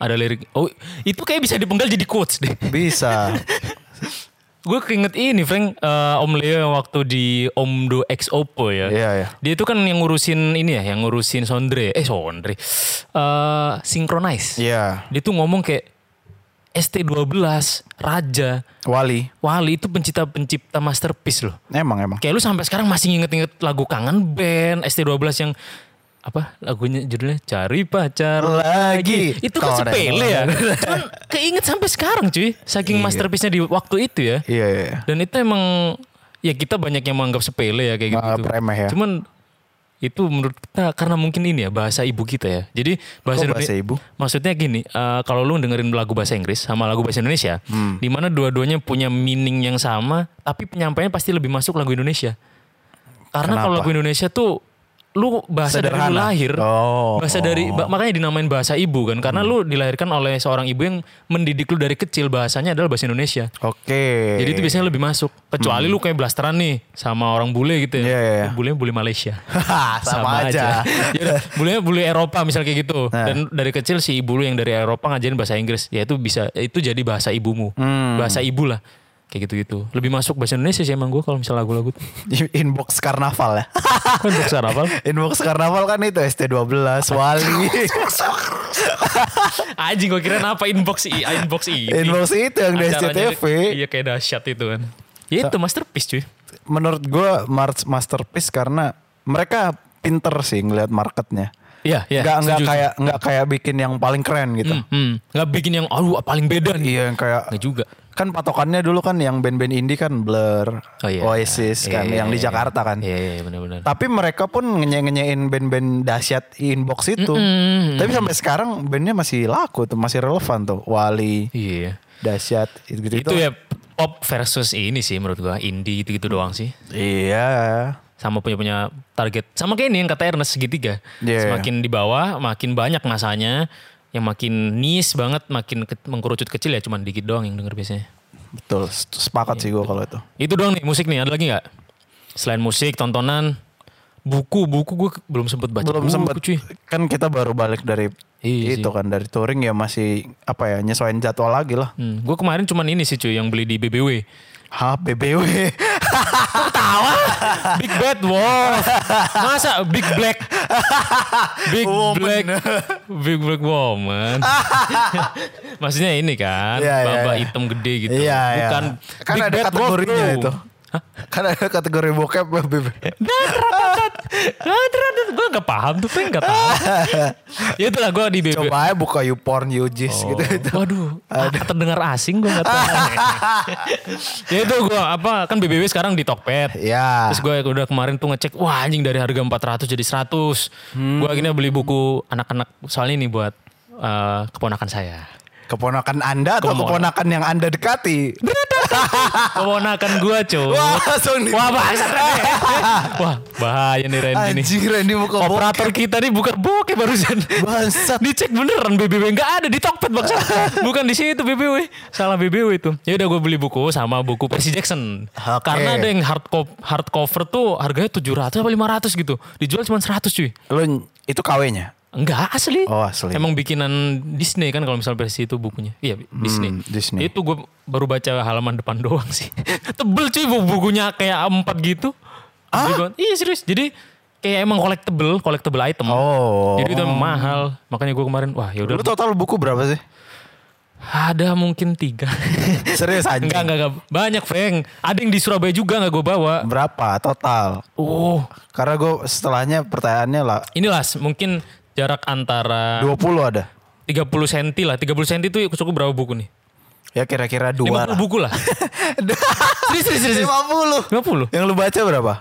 Speaker 1: Ada lirik. Oh, itu kayak bisa dipenggal jadi quotes deh. (laughs)
Speaker 3: Bisa.
Speaker 1: Gue keinget ini Frank eh, Om Leo yang waktu di Omdo X Oppo ya.
Speaker 3: Iya, iya.
Speaker 1: Dia itu kan yang ngurusin ini ya, yang ngurusin Sondre. Eh Sondre. Eh Synchronize.
Speaker 3: Iya.
Speaker 1: Dia tuh ngomong kayak ST12 Raja
Speaker 3: Wali.
Speaker 1: Wali itu pencipta-pencipta masterpiece loh.
Speaker 3: Emang emang.
Speaker 1: Kayak lu sampai sekarang masih nginget-nget lagu kangen band ST12 yang apa lagunya judulnya cari pacar
Speaker 3: Lagi.
Speaker 1: itu kan
Speaker 3: Korek.
Speaker 1: sepele ya cuman keinget sampai sekarang cuy saking masterpiece-nya di waktu itu ya
Speaker 3: Iya, iya. (laughs) iya.
Speaker 1: dan itu emang ya kita banyak yang menganggap sepele ya kayak gitu.
Speaker 3: Menganggap remeh ya.
Speaker 1: Cuman itu menurut kita karena mungkin ini ya bahasa ibu kita ya. Jadi bahasa,
Speaker 3: Kok bahasa
Speaker 1: Indonesia-
Speaker 3: ibu?
Speaker 1: Maksudnya gini, eh, kalau lu dengerin lagu bahasa Inggris sama lagu bahasa Indonesia,
Speaker 3: Hmm.
Speaker 1: di mana dua-duanya punya meaning yang sama, tapi penyampaiannya pasti lebih masuk lagu Indonesia. Karena kalau lagu
Speaker 3: Kenapa?
Speaker 1: Indonesia tuh lu bahasa dari lu
Speaker 3: Sederhana.
Speaker 1: lahir,
Speaker 3: Oh. Hmm.
Speaker 1: bahasa dari ba- makanya dinamain bahasa ibu kan, karena lu dilahirkan oleh seorang ibu yang mendidik lu dari kecil bahasanya adalah bahasa Indonesia.
Speaker 3: Oke. Hmm.
Speaker 1: Jadi itu biasanya lebih masuk. Kecuali lu kayak blasteran nih sama orang bule gitu ya.
Speaker 3: Iya, iya, iya.
Speaker 1: Bule bule Malaysia.
Speaker 3: Haha, (laughs) sama, aja. Nah.
Speaker 1: Yaudah, bule bule Eropa misal kayak gitu. Dan dari kecil si ibu lu yang dari Eropa ngajarin bahasa Inggris, ya itu bisa itu jadi bahasa ibumu.
Speaker 3: Hmm.
Speaker 1: Bahasa ibu lah. Kayak gitu-gitu. Lebih masuk bahasa Indonesia sih emang gue kalau misal
Speaker 3: (laughs)
Speaker 1: lagu-lagu tuh.
Speaker 3: (laughs) Inbox karnaval ya. (laughs)
Speaker 1: Kan untuk apa?
Speaker 3: Inbox karnaval kan itu ST12
Speaker 1: (laughs)
Speaker 3: Wali.
Speaker 1: Anjing gue kira apa inbox i inbox i.
Speaker 3: Inbox itu yang di
Speaker 1: Acaranya-
Speaker 3: SCTV.
Speaker 1: Iya kayak dahsyat itu kan. Ya itu masterpiece cuy.
Speaker 3: Menurut gue masterpiece karena mereka pinter sih ngelihat marketnya.
Speaker 1: Iya, iya.
Speaker 3: nggak nggak
Speaker 1: setuju.
Speaker 3: kayak nggak kayak bikin yang paling keren gitu.
Speaker 1: Hmm, nggak bikin yang aduh paling beda nih.
Speaker 3: Iya yang kayak
Speaker 1: Nggak juga.
Speaker 3: kan patokannya dulu kan yang band-band indie kan Blur,
Speaker 1: Oh, iya.
Speaker 3: Oasis
Speaker 1: Iya,
Speaker 3: kan
Speaker 1: iya,
Speaker 3: yang di
Speaker 1: iya.
Speaker 3: Jakarta kan.
Speaker 1: Iya, iya, benar-benar.
Speaker 3: Tapi mereka pun ngenye-ngenyein band-band dahsyat inbox itu. Tapi sampai sekarang bandnya masih laku tuh, masih relevan tuh. Wali,
Speaker 1: Iya.
Speaker 3: dahsyat gitu-gitu.
Speaker 1: Itu ya pop versus ini sih menurut gua, indie gitu-gitu doang sih.
Speaker 3: Iya.
Speaker 1: Sama punya-punya target. Sama kayak ini yang kata Ernest segitiga.
Speaker 3: Iya.
Speaker 1: Semakin di bawah, makin banyak masanya. Yang makin niche banget, makin ke- mengkerucut kecil ya cuman dikit doang yang denger biasanya.
Speaker 3: Betul, sepakat sih
Speaker 1: Iya,
Speaker 3: gue kalau itu.
Speaker 1: Itu doang nih musik nih, ada lagi nggak? Selain musik, tontonan, buku, buku gue belum sempet baca. buku,
Speaker 3: belum sempat
Speaker 1: cuy.
Speaker 3: kan kita baru balik dari
Speaker 1: Iya
Speaker 3: itu kan dari touring ya masih apa ya nyesuaiin jadwal lagi lah
Speaker 1: Hmm, gue kemarin cuman ini sih cuy yang beli di BBW.
Speaker 3: ha BBW
Speaker 1: Big Bad Wolf. Masa Big Black? Big
Speaker 3: Woman.
Speaker 1: Black. Big Black
Speaker 3: (laughs)
Speaker 1: Woman. Maksudnya ini kan,
Speaker 3: Iya, iya,
Speaker 1: baba
Speaker 3: iya.
Speaker 1: hitam gede (laughs) gitu.
Speaker 3: Iya, iya.
Speaker 1: Bukan
Speaker 3: kan
Speaker 1: Big
Speaker 3: ada
Speaker 1: Bad Wolf,
Speaker 3: kategorinya
Speaker 1: bro.
Speaker 3: itu
Speaker 1: Hah?
Speaker 3: kan ada kategori bokep BBW
Speaker 1: (laughs) gue gak paham tuh, pengen gak
Speaker 3: (laughs)
Speaker 1: tahu. ya itulah gue di BBW.
Speaker 3: coba aja buka YouPorn YouJis
Speaker 1: Oh,
Speaker 3: gitu gitu
Speaker 1: Waduh, ah, terdengar asing gue gak tahu. ya itu gue apa kan BBW sekarang di Tokped.
Speaker 3: (laughs) ya
Speaker 1: Terus gue udah kemarin tuh ngecek, wah anjing dari harga 400 jadi 100.
Speaker 3: Hmm.
Speaker 1: Gue akhirnya beli buku anak-anak soalnya ini buat eh, keponakan
Speaker 3: (laughs)
Speaker 1: saya.
Speaker 3: keponakan anda atau
Speaker 1: Keponakan.
Speaker 3: keponakan yang anda dekati
Speaker 1: keponakan gue cuy.
Speaker 3: wah (laughs) langsung
Speaker 1: (laughs)
Speaker 3: di-
Speaker 1: Wah bahasa
Speaker 3: (laughs)
Speaker 1: Randy. Wah bahaya nih Randy nih.
Speaker 3: anjing Randy buka bokep
Speaker 1: Operator kita nih bukan bokeh barusan.
Speaker 3: bangsat
Speaker 1: (laughs) Dicek beneran BBW nggak ada di Tokped
Speaker 3: (laughs)
Speaker 1: bangsa. Bukan di situ BBW. Salah BBW itu. Ya udah gue beli buku sama buku Percy Jackson.
Speaker 3: Oke.
Speaker 1: Karena ada yang hard co- hard cover tuh harganya 700 apa 500 gitu. Dijual cuma 100 cuy.
Speaker 3: lu itu KW-nya
Speaker 1: Enggak asli.
Speaker 3: Oh, asli.
Speaker 1: Emang bikinan Disney kan kalau misalnya versi itu bukunya. Iya Disney.
Speaker 3: Hmm, Disney.
Speaker 1: Itu gue baru baca halaman depan (laughs) doang sih. Tebel cuy bu- bukunya kayak empat gitu. Ah? Iya serius. Jadi kayak emang collectible, collectible item.
Speaker 3: Oh.
Speaker 1: Jadi itu emang mahal. Makanya gue kemarin wah ya
Speaker 3: lu
Speaker 1: udah
Speaker 3: total buku berapa sih
Speaker 1: ada mungkin
Speaker 3: (laughs)
Speaker 1: tiga.
Speaker 3: serius anjing
Speaker 1: enggak, enggak, enggak. Banyak, Feng. Ada yang di Surabaya juga enggak gue bawa.
Speaker 3: berapa total
Speaker 1: Oh,
Speaker 3: Karena gue setelahnya pertanyaannya lah
Speaker 1: inilah mungkin jarak antara
Speaker 3: 20 ada.
Speaker 1: 30 cm lah. 30 cm itu cukup berapa buku nih?
Speaker 3: Ya kira-kira 2
Speaker 1: 50
Speaker 3: lah.
Speaker 1: buku
Speaker 3: (laughs)
Speaker 1: lah. serius, serius, serius.
Speaker 3: 50.
Speaker 1: 50.
Speaker 3: (laughs) Yang lu baca berapa?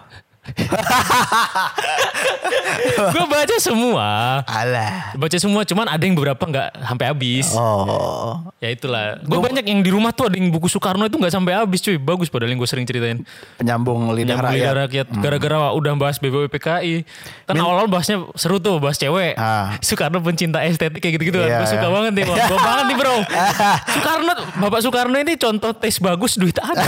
Speaker 1: Gue baca semua.
Speaker 3: Alah.
Speaker 1: Baca semua, cuman ada yang beberapa nggak sampai habis.
Speaker 3: Oh.
Speaker 1: Ya itulah. Gue banyak yang di rumah tuh ada yang buku Soekarno itu nggak sampai habis cuy. Bagus padahal yang gue sering ceritain.
Speaker 3: Penyambung lidah
Speaker 1: Yang
Speaker 3: rakyat. Hmm.
Speaker 1: rakyat. rakyat gara-gara udah bahas BBW PKI. Kan awal-awal bahasnya seru tuh bahas cewek.
Speaker 3: Ah.
Speaker 1: (laughs) Soekarno pencinta estetik kayak gitu-gitu kan.
Speaker 3: Iya,
Speaker 1: Gue suka
Speaker 3: iya.
Speaker 1: banget nih, Bang.
Speaker 3: (laughs)
Speaker 1: Gue banget nih, Bro. Soekarno, Bapak Soekarno ini contoh tes bagus duit
Speaker 3: (laughs)
Speaker 1: ada.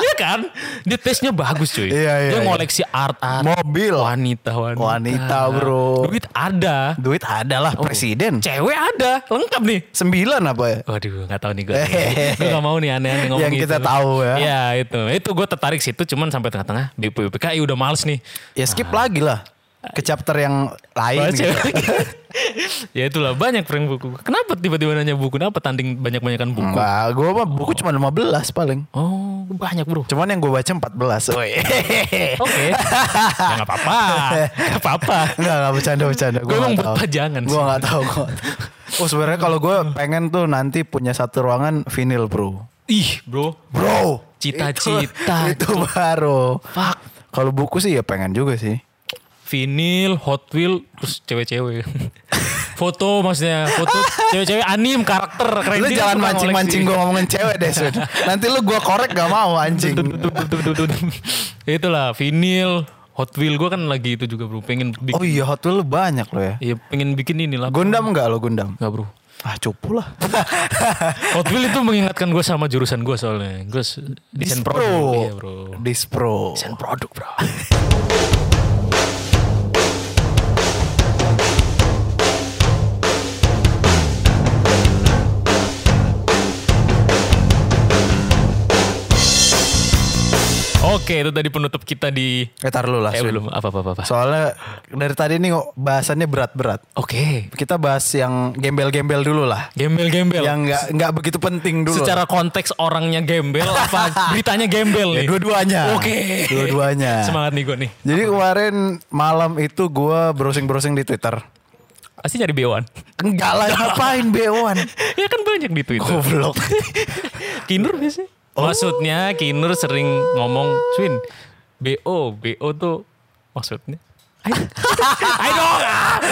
Speaker 1: Iya kan? Dia tesnya bagus, cuy.
Speaker 3: Iya, iya,
Speaker 1: Dia
Speaker 3: iya.
Speaker 1: ngoleksi art-art
Speaker 3: Mobil.
Speaker 1: wanita, wanita.
Speaker 3: Wanita, bro. Hmm.
Speaker 1: Duit ada.
Speaker 3: Duit ada lah
Speaker 1: Oh.
Speaker 3: presiden.
Speaker 1: Cewek ada, lengkap nih.
Speaker 3: 9 apa ya?
Speaker 1: Waduh, nggak tahu nih gue.
Speaker 3: (laughs)
Speaker 1: gue gak mau nih aneh-aneh ngomong
Speaker 3: Yang
Speaker 1: gitu.
Speaker 3: kita tahu ya.
Speaker 1: Iya itu, itu gue tertarik situ, cuman sampai tengah-tengah BPPKI udah males nih.
Speaker 3: Ya skip lagi lah. Ke chapter yang lain
Speaker 1: Baca.
Speaker 3: gitu.
Speaker 1: (laughs) ya itulah banyak prank buku. Kenapa tiba-tiba nanya buku? Kenapa tanding banyak-banyakan buku?
Speaker 3: Enggak, gue mah buku cuma 15 paling.
Speaker 1: Oh, banyak bro.
Speaker 3: Cuman yang gue baca 14. Woi.
Speaker 1: Oke, ya nggak apa-apa, nggak apa-apa.
Speaker 3: (laughs) Enggak, enggak bercanda-bercanda.
Speaker 1: Gue emang buat pajangan sih.
Speaker 3: Gue gak tau. gua nggak tahu. Oh sebenarnya kalau gue pengen tuh nanti punya satu ruangan vinil bro.
Speaker 1: Ih bro,
Speaker 3: Bro.
Speaker 1: Cita-cita,
Speaker 3: Itu, itu baru.
Speaker 1: Fuck.
Speaker 3: Kalau buku sih ya pengen juga sih.
Speaker 1: vinil, Hot Wheel, terus
Speaker 3: (laughs)
Speaker 1: cewek-cewek. foto maksudnya, foto cewek-cewek anim karakter. Keren
Speaker 3: Lu
Speaker 1: juga
Speaker 3: jangan
Speaker 1: suka
Speaker 3: mancing-mancing
Speaker 1: ngoleksi.
Speaker 3: gue ngomongin cewek deh
Speaker 1: (laughs)
Speaker 3: Sun. Nanti lu gue korek gak mau anjing.
Speaker 1: Ya Itulah vinil, Hot Wheel gue kan lagi itu juga bro, pengen bikin,
Speaker 3: Oh iya Hot Wheels lu banyak lo ya.
Speaker 1: ya pengen bikin inilah.
Speaker 3: Gundam gak lo Gundam?
Speaker 1: Enggak bro.
Speaker 3: Ah cupu lah.
Speaker 1: Hot Wheel itu mengingatkan gue sama jurusan gue soalnya. Gue s- desain produk. Iya bro.
Speaker 3: Dispro.
Speaker 1: Desain produk bro. Oke itu tadi penutup kita di...
Speaker 3: Eh tar lu lah
Speaker 1: Eh
Speaker 3: Sun.
Speaker 1: belum apa-apa-apa.
Speaker 3: Soalnya dari tadi nih kok bahasannya berat-berat.
Speaker 1: Oke.
Speaker 3: Kita bahas yang gembel-gembel dulu lah.
Speaker 1: Gembel-gembel.
Speaker 3: Yang nggak nggak begitu penting dulu.
Speaker 1: secara konteks orangnya gembel
Speaker 3: (laughs)
Speaker 1: apa beritanya gembel
Speaker 3: Ya,
Speaker 1: nih?
Speaker 3: dua-duanya.
Speaker 1: Oke.
Speaker 3: Dua-duanya.
Speaker 1: (laughs) Semangat nih gue nih.
Speaker 3: Jadi kemarin malam itu gue browsing-browsing di Twitter.
Speaker 1: Pasti
Speaker 3: (laughs)
Speaker 1: nyari B1.
Speaker 3: Enggak lah ngapain bewan
Speaker 1: ya kan banyak di Twitter. (laughs)
Speaker 3: Goblok Oh.
Speaker 1: Kinur biasanya. Maksudnya Kinur sering ngomong, Swin, BO, BO tuh maksudnya.
Speaker 3: (laughs)
Speaker 1: I don't ah.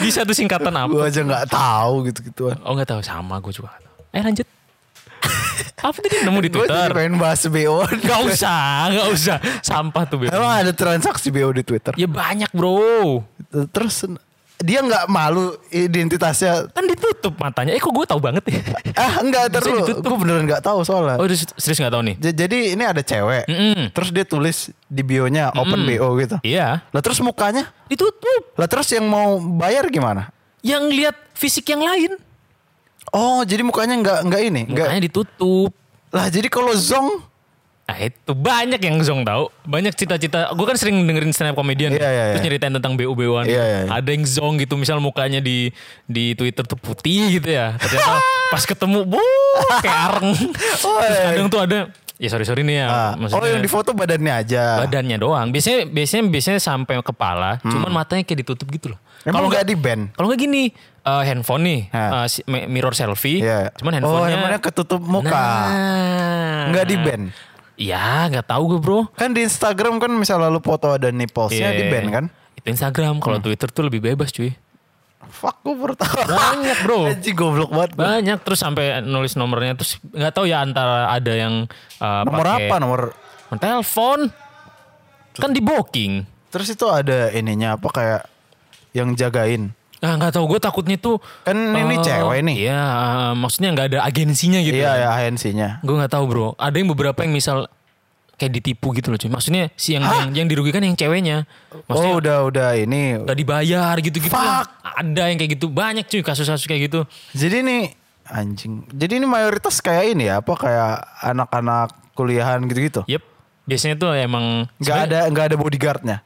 Speaker 1: Bisa tuh singkatan apa?
Speaker 3: Gue aja nggak tahu gitu, gitu-gituan.
Speaker 1: Oh nggak tahu sama gue juga nggak tahu. Eh
Speaker 3: (laughs)
Speaker 1: lanjut. apa tadi nemu di
Speaker 3: Gue
Speaker 1: Twitter?
Speaker 3: jadi pengen bahas BO.
Speaker 1: Gak usah, gak usah. Sampah tuh BO.
Speaker 3: Emang ada transaksi BO di Twitter?
Speaker 1: Ya banyak bro.
Speaker 3: Terus dia nggak malu identitasnya
Speaker 1: Kan ditutup matanya. Eh kok gue tahu banget ya.
Speaker 3: ah enggak terus
Speaker 1: Maksudnya ditutup.
Speaker 3: gue beneran nggak tahu soalnya
Speaker 1: Oh udah serius gak tahu nih.
Speaker 3: J- jadi ini ada cewek
Speaker 1: Mm-mm.
Speaker 3: terus dia tulis di bionya open bo gitu
Speaker 1: Iya.
Speaker 3: lah terus mukanya
Speaker 1: Ditutup.
Speaker 3: lah terus yang mau bayar gimana
Speaker 1: Yang lihat fisik yang lain.
Speaker 3: oh jadi mukanya nggak nggak ini nggak
Speaker 1: Mukanya ditutup.
Speaker 3: lah jadi kalau zong
Speaker 1: Nah itu banyak yang Zong tahu. Banyak cita-cita. Gue kan sering dengerin stand up comedian.
Speaker 3: Iya, iya,
Speaker 1: Terus
Speaker 3: iya.
Speaker 1: nyeritain tentang BU-BUan.
Speaker 3: Iya, iya, iya.
Speaker 1: Ada yang Zong gitu. Misal mukanya di di Twitter tuh putih gitu ya.
Speaker 3: (laughs)
Speaker 1: Ternyata pas ketemu. Bu, kayak areng.
Speaker 3: Oh,
Speaker 1: Terus
Speaker 3: iya.
Speaker 1: kadang tuh ada. Ya sorry-sorry nih ya.
Speaker 3: Ah, oh
Speaker 1: maksudnya
Speaker 3: yang di foto badannya aja
Speaker 1: Badannya doang. Biasanya biasanya biasanya sampai kepala. Cuman matanya kayak ditutup gitu loh.
Speaker 3: Hmm. emang
Speaker 1: Kalau nggak
Speaker 3: nggak di band
Speaker 1: kalau nggak gini. eh, handphone nih. eh,
Speaker 3: Ha.
Speaker 1: si- mi- mirror selfie.
Speaker 3: Iya.
Speaker 1: Cuman
Speaker 3: oh
Speaker 1: handphonenya.
Speaker 3: handphonenya ketutup muka
Speaker 1: Nah.
Speaker 3: nggak di band
Speaker 1: Ya nggak tahu gue bro.
Speaker 3: kan di Instagram kan misalnya lu foto ada
Speaker 1: Iya.
Speaker 3: nipplesnya di band kan Hmm.
Speaker 1: Itu Instagram. Kalau Twitter tuh lebih bebas cuy.
Speaker 3: fuck gue pertama
Speaker 1: Banyak bro.
Speaker 3: (laughs) Anjing goblok banget gua.
Speaker 1: Banyak terus sampai nulis nomornya terus nggak tahu ya antara ada yang uh,
Speaker 3: nomor
Speaker 1: pakai
Speaker 3: apa nomor
Speaker 1: Telepon. Kan di booking.
Speaker 3: terus itu ada ininya apa kayak yang jagain
Speaker 1: Ah nggak tahu gue takutnya tuh
Speaker 3: Kan ini
Speaker 1: eh,
Speaker 3: cewek nih.
Speaker 1: Iya, eh, maksudnya nggak ada agensinya gitu.
Speaker 3: iya ya agensinya
Speaker 1: Gue nggak tahu bro. Ada yang beberapa yang misal kayak ditipu gitu loh cuy. Maksudnya si yang yang, yang dirugikan yang ceweknya. Maksudnya
Speaker 3: oh udah udah ini
Speaker 1: nggak dibayar gitu-gitu.
Speaker 3: Fuck.
Speaker 1: Ada yang kayak gitu banyak cuy kasus-kasus kayak gitu.
Speaker 3: jadi ini anjing jadi ini mayoritas kayak ini ya apa kayak anak-anak kuliahan gitu-gitu
Speaker 1: Yep. Biasanya tuh emang
Speaker 3: nggak
Speaker 1: Iya. sebenarnya-
Speaker 3: ada nggak ada bodyguardnya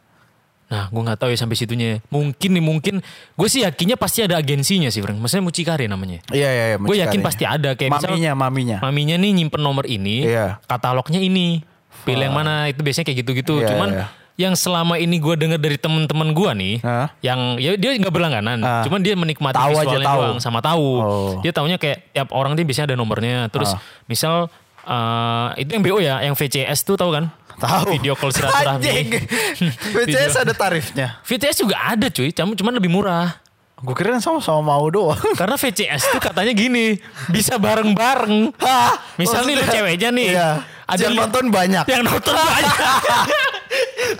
Speaker 1: Nah, gue nggak tahu ya sampai situnya. Mungkin nih mungkin gue sih yakinnya pasti ada agensinya sih, Frank. Maksudnya mucikari namanya.
Speaker 3: iya iya iya
Speaker 1: Gue yakin
Speaker 3: mucikarinya.
Speaker 1: pasti ada kayak misal-
Speaker 3: maminya maminya
Speaker 1: (laughs) Maminya nih nyimpen nomor ini,
Speaker 3: Iya.
Speaker 1: katalognya ini. Pilih yang mana itu biasanya kayak gitu-gitu.
Speaker 3: Iya,
Speaker 1: Cuman
Speaker 3: iya.
Speaker 1: yang selama ini gue denger dari temen-temen gue nih,
Speaker 3: Hah?
Speaker 1: yang ya dia nggak berlangganan,
Speaker 3: Ah.
Speaker 1: cuman dia menikmati
Speaker 3: Tahu aja,
Speaker 1: visualnya
Speaker 3: tahu.
Speaker 1: doang sama tahu.
Speaker 3: Oh.
Speaker 1: Dia taunya kayak tiap orang dia biasanya ada nomornya. Terus misal eh, itu yang BO ya, yang VCS tuh tahu kan?
Speaker 3: tahu
Speaker 1: Video call silaturahmi.
Speaker 3: (laughs)
Speaker 1: (laughs)
Speaker 3: anjing BCS ada tarifnya
Speaker 1: VCS juga ada cuy, cuman cuman lebih murah.
Speaker 3: gue kira sama-sama mau doang
Speaker 1: Karena VCS tuh katanya gini, bisa bareng-bareng. Misal nih lu
Speaker 3: Maksudnya-
Speaker 1: ceweknya nih.
Speaker 3: Iya.
Speaker 1: Ada
Speaker 3: yang
Speaker 1: li-
Speaker 3: nonton banyak
Speaker 1: Yang nonton
Speaker 3: (laughs)
Speaker 1: banyak.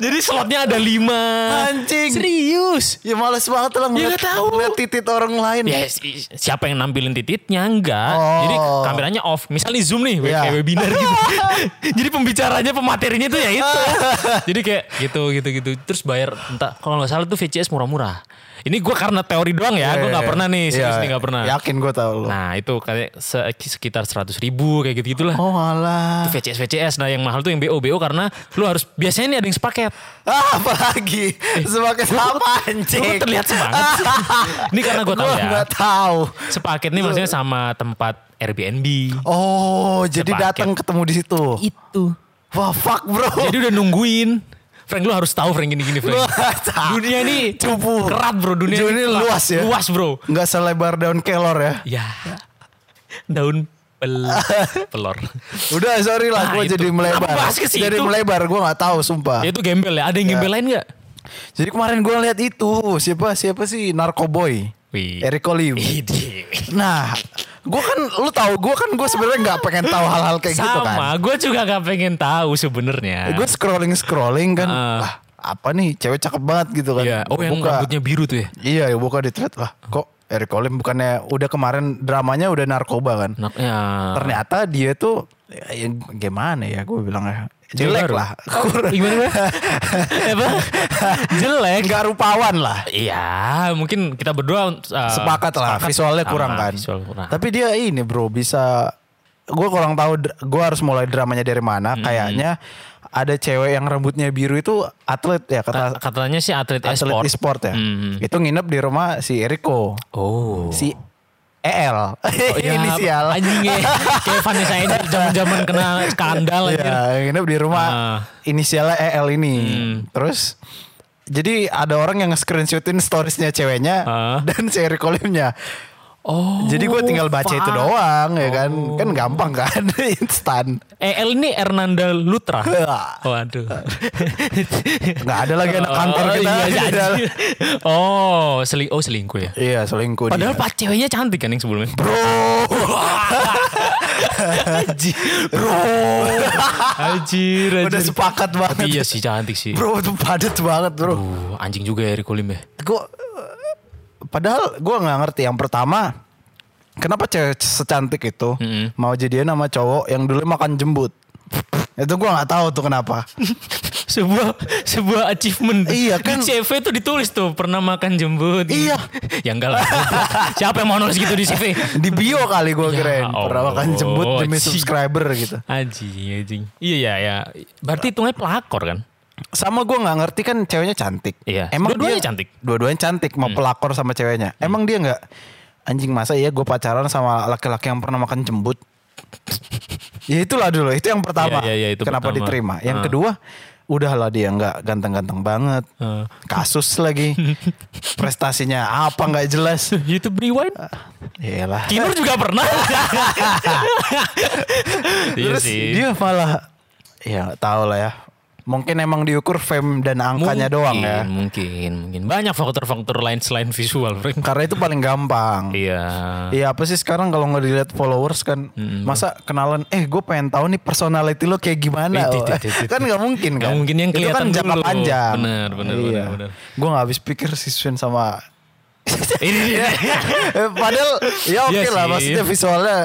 Speaker 1: Jadi slotnya ada lima.
Speaker 3: (laughs) Anjing.
Speaker 1: Serius.
Speaker 3: Ya males banget lah ngeliat,
Speaker 1: nggak tahu.
Speaker 3: ngeliat titit orang lain.
Speaker 1: Ya si- siapa yang nampilin tititnya enggak.
Speaker 3: Oh.
Speaker 1: Jadi kameranya off. Misalnya zoom nih
Speaker 3: Iya.
Speaker 1: kayak
Speaker 3: (laughs)
Speaker 1: webinar gitu. Jadi pembicaranya pematerinya tuh ya itu. Jadi kayak gitu gitu gitu. Terus bayar entah kalau nggak salah tuh VCS murah-murah. Ini gue karena teori doang ya. Gue nggak pernah nih. Serius
Speaker 3: Iya,
Speaker 1: nih nggak pernah.
Speaker 3: Yakin gue tau lo.
Speaker 1: Nah itu kayak se- sekitar 100 ribu kayak gitu gitulah.
Speaker 3: Oh alah.
Speaker 1: VCS VCS. Nah yang mahal tuh yang BO BO karena lu harus biasanya nih ada yang sepaket.
Speaker 3: Ah, apalagi
Speaker 1: Eh.
Speaker 3: semakin sama anjing.
Speaker 1: Lu terlihat semangat. sih.
Speaker 3: Iya.
Speaker 1: Ini karena gue tahu
Speaker 3: Gua
Speaker 1: ya.
Speaker 3: nggak tahu.
Speaker 1: Sepaket nih maksudnya sama tempat Airbnb.
Speaker 3: Oh, jadi
Speaker 1: Sepaket.
Speaker 3: datang ketemu di situ.
Speaker 1: Itu.
Speaker 3: Wah, fuck bro.
Speaker 1: Jadi udah nungguin. Frank lu harus tahu Frank gini-gini
Speaker 3: (laughs) Gua
Speaker 1: Frank.
Speaker 3: nggak tahu.
Speaker 1: Dunia ini
Speaker 3: Cupu.
Speaker 1: kerat bro. Dunia,
Speaker 3: Dunia
Speaker 1: kerat.
Speaker 3: luas ya.
Speaker 1: Luas bro.
Speaker 3: nggak selebar daun kelor ya. (laughs)
Speaker 1: Ya. Daun pel pelor.
Speaker 3: Udah, sorry lah,
Speaker 1: Nah,
Speaker 3: gue
Speaker 1: itu.
Speaker 3: jadi melebar.
Speaker 1: Apa bahas ke situ?
Speaker 3: Jadi melebar, gue nggak tahu, sumpah.
Speaker 1: Ya, itu gembel ya. Ada yang gembel lain gak?
Speaker 3: Jadi kemarin gue lihat itu siapa siapa sih Narkoboy,
Speaker 1: Wih.
Speaker 3: Eric Olim. Nah, gue kan lu tahu gue kan gue sebenarnya nggak pengen tahu hal-hal kayak gitu kan. Eh,
Speaker 1: Sama, gue juga gak pengen tahu sebenarnya.
Speaker 3: Gue scrolling scrolling kan,
Speaker 1: Ah.
Speaker 3: "Wah, apa nih cewek cakep banget gitu kan.
Speaker 1: Iya, oh
Speaker 3: Gua
Speaker 1: yang
Speaker 3: buka.
Speaker 1: rambutnya biru tuh ya.
Speaker 3: Iya, ya buka di thread lah. Kok Eric Olim bukannya udah kemarin dramanya udah narkoba kan?
Speaker 1: Nah, ya.
Speaker 3: Ternyata dia tuh ya, ya gimana ya gue bilang ya
Speaker 1: Jelek
Speaker 3: jelek lah,
Speaker 1: Gimana? Iya,
Speaker 3: (laughs)
Speaker 1: gimana? Apa? Jelek.
Speaker 3: nggak rupawan lah.
Speaker 1: Iya, mungkin kita berdua uh,
Speaker 3: sepakat lah visualnya
Speaker 1: sama,
Speaker 3: kurang
Speaker 1: Ah,
Speaker 3: kan
Speaker 1: Visual kurang.
Speaker 3: tapi dia ini bro bisa gue kurang tahu dr- gue harus mulai dramanya dari mana
Speaker 1: Hmm.
Speaker 3: kayaknya ada cewek yang rambutnya biru itu atlet ya
Speaker 1: Ka-
Speaker 3: kata
Speaker 1: katanya sih atlet Hmm.
Speaker 3: atlet
Speaker 1: e-sport.
Speaker 3: e-sport ya itu nginep di rumah si Eriko
Speaker 1: Oh.
Speaker 3: si E EL
Speaker 1: Oh, ya,
Speaker 3: (laughs) inisial
Speaker 1: Anjingnya. Kayak Vanessa ini zaman-zaman kena skandal anjir.
Speaker 3: ya nginep di rumah
Speaker 1: Ah. Hmm.
Speaker 3: inisialnya EL ini terus jadi ada orang yang screenshotin storiesnya ceweknya
Speaker 1: Ah.
Speaker 3: dan si Eriko Limnya
Speaker 1: Oh.
Speaker 3: Jadi gue tinggal baca itu
Speaker 1: fuck. Oh.
Speaker 3: doang ya kan. Kan gampang kan (laughs) instan.
Speaker 1: Eh, EL ini Hernanda Lutra.
Speaker 3: Wah.
Speaker 1: Waduh.
Speaker 3: Nggak ada lagi Iya. anak kantor
Speaker 1: Oh,
Speaker 3: kita.
Speaker 1: iya,
Speaker 3: (laughs)
Speaker 1: iya,
Speaker 3: Ada-
Speaker 1: anjir. oh, seli oh selingkuh ya.
Speaker 3: Iya selingkuh.
Speaker 1: Padahal
Speaker 3: dia.
Speaker 1: pak ceweknya cantik kan yang sebelumnya.
Speaker 3: bro.
Speaker 1: Haji, bro. Anjir, anjir.
Speaker 3: (laughs) Udah sepakat banget.
Speaker 1: Tapi iya sih cantik sih.
Speaker 3: Bro itu padat banget bro.
Speaker 1: Uh, anjing juga ya Rico Lim ya. (laughs)
Speaker 3: Gue padahal gue nggak ngerti yang pertama. Kenapa cewek secantik itu mau jadian sama cowok yang dulu makan jembut? Itu gue nggak tahu tuh kenapa.
Speaker 1: sebuah sebuah achievement.
Speaker 3: Iya, kan.
Speaker 1: Di CV tuh ditulis tuh pernah makan jembut.
Speaker 3: Iya.
Speaker 1: ya enggak
Speaker 3: (laughs)
Speaker 1: lah. Siapa yang mau nulis gitu di CV?
Speaker 3: Di bio kali gue keren. Pernah
Speaker 1: Allah,
Speaker 3: makan jembut demi
Speaker 1: cik.
Speaker 3: subscriber gitu.
Speaker 1: Aji, anjing. Iya ya, ya. Berarti hitungnya pelakor kan?
Speaker 3: Sama gue nggak ngerti kan ceweknya cantik.
Speaker 1: Iya.
Speaker 3: Emang
Speaker 1: Dua-duanya
Speaker 3: dia-
Speaker 1: cantik. Hmm.
Speaker 3: Dua-duanya cantik. Mau pelakor sama ceweknya. Emang dia nggak anjing masa iya gue pacaran sama laki-laki yang pernah makan jembut. (laughs) ya itulah dulu. Itu yang
Speaker 1: Iya,
Speaker 3: pertama.
Speaker 1: iya, iya, itu
Speaker 3: Kenapa
Speaker 1: pertama.
Speaker 3: diterima? Yang
Speaker 1: Ah.
Speaker 3: kedua, udahlah dia nggak ganteng-ganteng banget.
Speaker 1: Ah.
Speaker 3: Kasus
Speaker 1: (laughs)
Speaker 3: lagi. Prestasinya apa nggak jelas. Ya
Speaker 1: YouTube rewind.
Speaker 3: Yalah.
Speaker 1: Kinur juga
Speaker 3: (laughs)
Speaker 1: pernah. iya
Speaker 3: Terus
Speaker 1: sih.
Speaker 3: dia malah ya nggak tahu lah ya. Mungkin emang diukur fame dan angkanya doang ya.
Speaker 1: Mungkin, mungkin. Banyak faktor-faktor lain selain visual, Frank.
Speaker 3: Karena itu paling gampang.
Speaker 1: Iya.
Speaker 3: Iya apa sih sekarang kalau nggak dilihat followers kan masa kenalan eh gue pengen tahu nih personality lo kayak gimana
Speaker 1: Itu,
Speaker 3: oh.
Speaker 1: itu, itu, itu.
Speaker 3: kan nggak mungkin
Speaker 1: Nggak
Speaker 3: kan
Speaker 1: mungkin yang
Speaker 3: itu kan
Speaker 1: kelihatan
Speaker 3: jangka
Speaker 1: dulu.
Speaker 3: panjang
Speaker 1: Bener, bener, bener, bener.
Speaker 3: gue nggak habis pikir si Swin sama (laughs)
Speaker 1: Ini dia.
Speaker 3: Eh, padahal ya oke
Speaker 1: Iya
Speaker 3: lah
Speaker 1: sih.
Speaker 3: maksudnya visualnya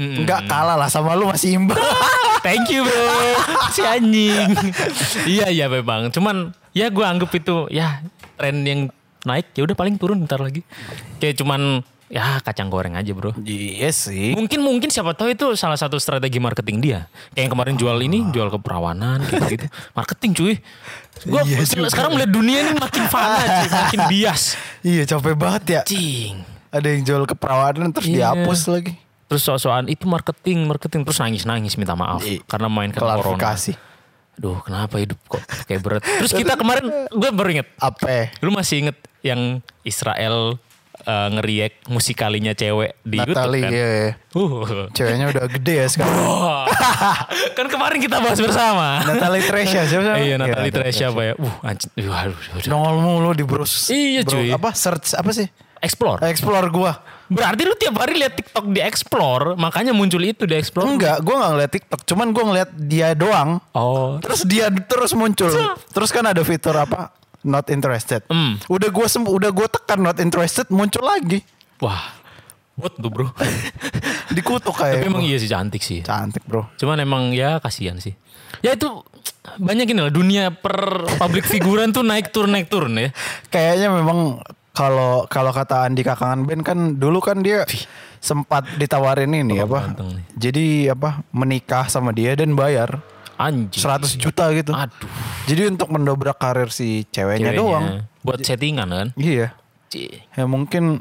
Speaker 3: nggak kalah lah sama lu
Speaker 1: (laughs)
Speaker 3: masih imbang
Speaker 1: Thank you bro Si anjing Iya iya memang Cuman Ya gue anggap itu Ya tren yang naik ya udah paling turun bentar lagi Kayak cuman Ya kacang goreng aja bro
Speaker 3: iya sih
Speaker 1: Mungkin mungkin siapa tahu itu salah satu strategi marketing dia. Kayak yang kemarin jual
Speaker 3: Ah.
Speaker 1: ini, jual ke perawanan gitu. Marketing cuy. Gue
Speaker 3: Iya juga.
Speaker 1: sekarang melihat dunia ini makin fana, cuy. makin bias.
Speaker 3: iya capek banget ya
Speaker 1: Cing.
Speaker 3: ada yang jual keperawanan terus
Speaker 1: Iya.
Speaker 3: dihapus lagi
Speaker 1: Terus soal-soal itu marketing, marketing terus nangis-nangis minta maaf
Speaker 3: Iya.
Speaker 1: karena main ke corona.
Speaker 3: klarifikasi
Speaker 1: Duh, kenapa hidup kok kayak berat. Terus
Speaker 3: (laughs)
Speaker 1: kita kemarin gue baru inget
Speaker 3: apa eh?
Speaker 1: Lu masih inget yang Israel eh, ngeriak musikalinya cewek di
Speaker 3: Natali
Speaker 1: YouTube kan?
Speaker 3: iya, iya.
Speaker 1: Uh.
Speaker 3: ceweknya udah gede ya sekarang
Speaker 1: (laughs) Wah. kan kemarin kita bahas bersama.
Speaker 3: Natalie Tresya siapa siapa?
Speaker 1: Iya
Speaker 3: Natalie
Speaker 1: Natalie Tresya apa ya? Uh, anjing. Wah, aduh, aduh.
Speaker 3: Nongol mulu di browse.
Speaker 1: Iya,
Speaker 3: bro-
Speaker 1: cuy.
Speaker 3: Apa search apa sih?
Speaker 1: Explore.
Speaker 3: Explore gua.
Speaker 1: Berarti lu tiap hari lihat TikTok di Explore, makanya muncul itu di Explore.
Speaker 3: Enggak, gua nggak ngeliat TikTok, cuman gua ngeliat dia doang.
Speaker 1: Oh.
Speaker 3: Terus dia terus muncul. Terus kan ada fitur apa? Not interested.
Speaker 1: Hmm.
Speaker 3: Udah gua sem- udah gua tekan not interested muncul lagi.
Speaker 1: Wah. Buat tuh,
Speaker 3: (laughs)
Speaker 1: Bro.
Speaker 3: Dikutuk kayak.
Speaker 1: Tapi emang iya sih cantik sih.
Speaker 3: cantik, Bro.
Speaker 1: Cuman emang ya kasihan sih. Ya itu banyak ini lah dunia per public figuran tuh naik turun naik turun ya.
Speaker 3: Kayaknya memang kalau kalau kata Andi Kakangan Ben kan dulu kan dia sempat ditawarin ini apa?
Speaker 1: ganteng nih.
Speaker 3: Jadi apa? Menikah sama dia dan bayar.
Speaker 1: Anjing.
Speaker 3: 100 juta gitu.
Speaker 1: Aduh.
Speaker 3: Jadi untuk mendobrak karir si ceweknya, doang.
Speaker 1: Buat settingan kan.
Speaker 3: Iya.
Speaker 1: Cih.
Speaker 3: Ya mungkin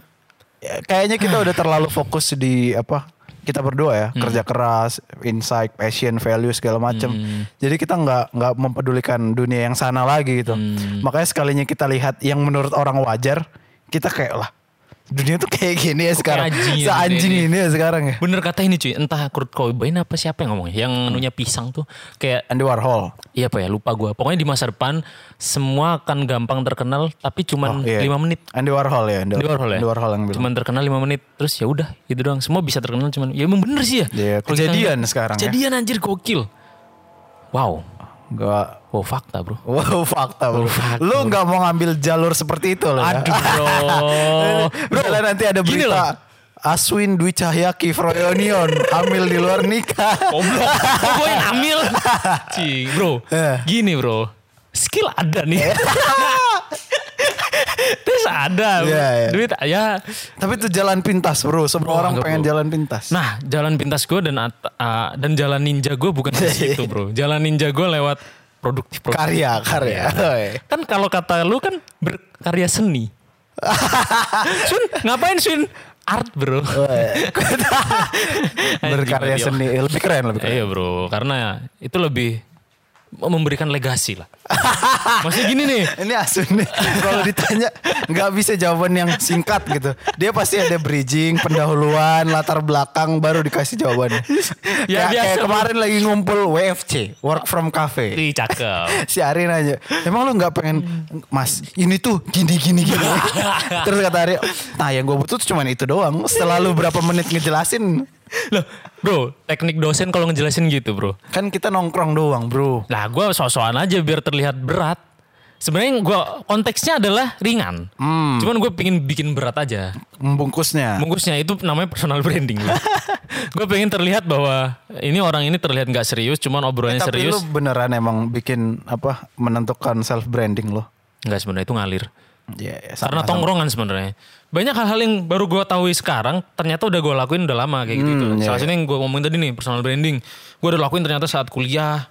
Speaker 3: ya, kayaknya kita udah
Speaker 1: (laughs)
Speaker 3: terlalu fokus di apa? Kita berdua
Speaker 1: Hmm.
Speaker 3: ya, kerja keras, insight, passion, value segala macam.
Speaker 1: Hmm.
Speaker 3: Jadi kita nggak nggak mempedulikan dunia yang sana lagi gitu.
Speaker 1: Hmm.
Speaker 3: Makanya sekalinya kita lihat yang menurut orang wajar, kita kayak lah dunia tuh kayak gini ya sekarang.
Speaker 1: anjing ya
Speaker 3: Seanjing
Speaker 1: dunia
Speaker 3: ini ya sekarang ya.
Speaker 1: Bener kata ini cuy, entah Kurt Cobain apa siapa yang ngomong yang
Speaker 3: Hmm.
Speaker 1: anunya pisang tuh kayak
Speaker 3: Andy Warhol.
Speaker 1: iya apa ya lupa gua. Pokoknya di masa depan semua akan gampang terkenal tapi
Speaker 3: Oh,
Speaker 1: cuman
Speaker 3: iya.
Speaker 1: lima menit.
Speaker 3: Andy Warhol ya, Andy,
Speaker 1: Di Warhol ya.
Speaker 3: Andy Warhol yang bilang.
Speaker 1: Cuman terkenal lima menit terus ya udah gitu doang. Semua bisa terkenal cuman ya emang bener sih ya.
Speaker 3: Iya,
Speaker 1: Kalau kita
Speaker 3: kejadian
Speaker 1: ngeliat-
Speaker 3: sekarang ya.
Speaker 1: Kejadian anjir gokil. Wow.
Speaker 3: Gua- (laughs)
Speaker 1: Wow fakta bro.
Speaker 3: Wow fakta
Speaker 1: Oh,
Speaker 3: bro.
Speaker 1: fakta.
Speaker 3: Lu nggak mau ngambil jalur seperti itu loh ya.
Speaker 1: Aduh
Speaker 3: (laughs)
Speaker 1: bro.
Speaker 3: Bro, Oh. nanti ada
Speaker 1: gini loh.
Speaker 3: berita Aswin Dwi Cahyaki Froyonion hamil di luar
Speaker 1: (laughs)
Speaker 3: nikah.
Speaker 1: Goblok. Kok gue yang ambil. Cing, bro.
Speaker 3: Eh.
Speaker 1: Gini bro. Skill ada
Speaker 3: (laughs)
Speaker 1: nih. Terus ada.
Speaker 3: Iya, iya.
Speaker 1: Duit ya.
Speaker 3: Tapi itu jalan pintas bro. Semua
Speaker 1: Bro,
Speaker 3: orang
Speaker 1: enggak,
Speaker 3: pengen
Speaker 1: bro.
Speaker 3: jalan pintas.
Speaker 1: Nah, jalan pintas gue dan at- uh, dan jalan ninja gue bukan di situ, bro. Jalan ninja gue lewat produktif. produktif.
Speaker 3: karya, (laughs) karya.
Speaker 1: Kan kalau kata lu kan berkarya seni. Sun, ngapain Sun? Art, bro.
Speaker 3: Berkarya
Speaker 1: Anjing, (laughs)
Speaker 3: seni lebih keren lebih keren.
Speaker 1: Iya bro, karena itu lebih memberikan legasi lah. Maksudnya gini nih,
Speaker 3: Ini asun nih. Kalau ditanya nggak bisa jawaban yang singkat gitu. Dia pasti ada bridging, pendahuluan, latar belakang baru dikasih jawabannya.
Speaker 1: (laughs) Ya,
Speaker 3: kayak, kayak
Speaker 1: biasa.
Speaker 3: kemarin lagi ngumpul WFC, work from cafe.
Speaker 1: ih cakep.
Speaker 3: (laughs) si Arin aja emang lu nggak pengen mas ini tuh gini gini gini terus kata Arin nah yang gue butuh tuh cuman itu doang selalu berapa menit ngejelasin
Speaker 1: Loh, bro, teknik dosen kalau ngejelasin gitu, bro.
Speaker 3: kan kita nongkrong doang bro
Speaker 1: Nah, gue sosokan aja biar terlihat berat. Sebenarnya gue konteksnya adalah ringan. Cuman gue pingin bikin berat aja.
Speaker 3: membungkusnya
Speaker 1: Bungkusnya itu namanya personal
Speaker 3: (laughs)
Speaker 1: branding. gue pengen terlihat bahwa ini orang ini terlihat nggak serius, cuman obrolannya
Speaker 3: Eh, tapi
Speaker 1: serius.
Speaker 3: lu beneran emang bikin apa menentukan self branding lo
Speaker 1: Nggak sebenarnya itu ngalir.
Speaker 3: ya
Speaker 1: Karena tongkrongan sebenarnya. Banyak hal-hal yang baru gue tahu sekarang, ternyata udah gue lakuin udah lama kayak gitu.
Speaker 3: Hmm,
Speaker 1: Salah
Speaker 3: iya,
Speaker 1: satunya yang gue ngomongin tadi nih personal branding. Gue udah lakuin ternyata saat kuliah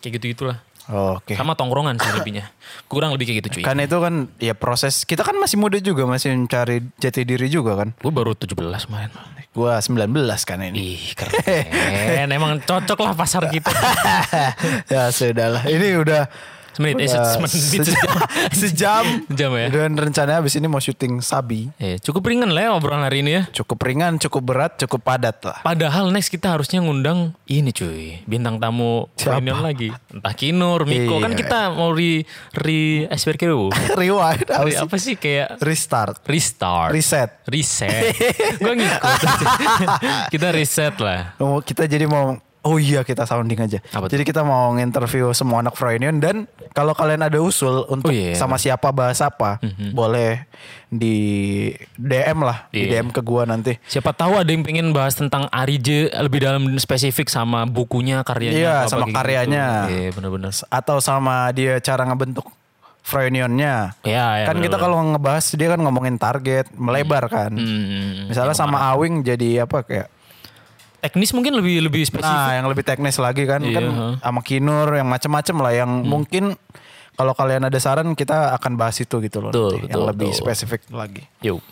Speaker 1: kayak gitu gitulah.
Speaker 3: oke
Speaker 1: Sama tongkrongan sih lebihnya. Kurang lebih kayak gitu cuy.
Speaker 3: kan itu kan ya proses kita kan masih muda juga masih mencari jati diri juga kan
Speaker 1: Gue baru 17 kemarin.
Speaker 3: gua 19 kan ini
Speaker 1: Ih keren. Emang cocok lah pasar kita.
Speaker 3: (laughs) ya sudahlah ini udah
Speaker 1: Semenit, eh,
Speaker 3: udah (laughs)
Speaker 1: semenit, sejam.
Speaker 3: Iya, sejam
Speaker 1: Sejam ya.
Speaker 3: dan rencananya habis ini mau syuting sabi
Speaker 1: Eh, cukup ringan lah ya obrolan hari ini ya.
Speaker 3: cukup ringan cukup berat cukup padat lah (laughs)
Speaker 1: Padahal next kita harusnya ngundang ini cuy. Bintang tamu
Speaker 3: Siapa?
Speaker 1: premium lagi. Entah Kinur, Miko. Kan
Speaker 3: Iya.
Speaker 1: kita mau re, re eh, SPRQ.
Speaker 3: rewind apa
Speaker 1: Re-
Speaker 3: sih?
Speaker 1: apa sih kayak
Speaker 3: restart
Speaker 1: restart.
Speaker 3: Reset. (laughs)
Speaker 1: Reset. Gue ngikut. (laughs) kita reset lah.
Speaker 3: Oh, kita jadi mau oh iya kita sounding aja
Speaker 1: Apa tuh?
Speaker 3: jadi kita mau nginterview semua anak Froynion dan kalau kalian ada usul
Speaker 1: Oh,
Speaker 3: untuk
Speaker 1: iya. Mhm.
Speaker 3: sama siapa bahas apa boleh di DM lah di
Speaker 1: Iya.
Speaker 3: DM ke gua nanti
Speaker 1: Siapa tahu ada yang pengen bahas tentang Arije lebih dalam spesifik sama bukunya, karyanya.
Speaker 3: Iya,
Speaker 1: apa
Speaker 3: sama
Speaker 1: kayak gitu.
Speaker 3: karyanya.
Speaker 1: Iya, benar-benar.
Speaker 3: atau sama dia cara ngebentuk Froynionnya
Speaker 1: Iya, iya,
Speaker 3: kan kita
Speaker 1: benar-benar.
Speaker 3: kalau ngebahas dia kan ngomongin target melebar kan
Speaker 1: Hmm.
Speaker 3: misalnya sama Awing jadi apa kayak
Speaker 1: teknis mungkin lebih lebih spesifik.
Speaker 3: nah yang lebih teknis lagi kan
Speaker 1: Iya, Hmm.
Speaker 3: kan
Speaker 1: heeh.
Speaker 3: sama Kinur yang macem-macem lah yang mungkin kalau kalian ada saran kita akan bahas itu gitu loh
Speaker 1: Betul,
Speaker 3: nanti,
Speaker 1: betul,
Speaker 3: yang lebih
Speaker 1: betul.
Speaker 3: spesifik lagi
Speaker 1: Yuk.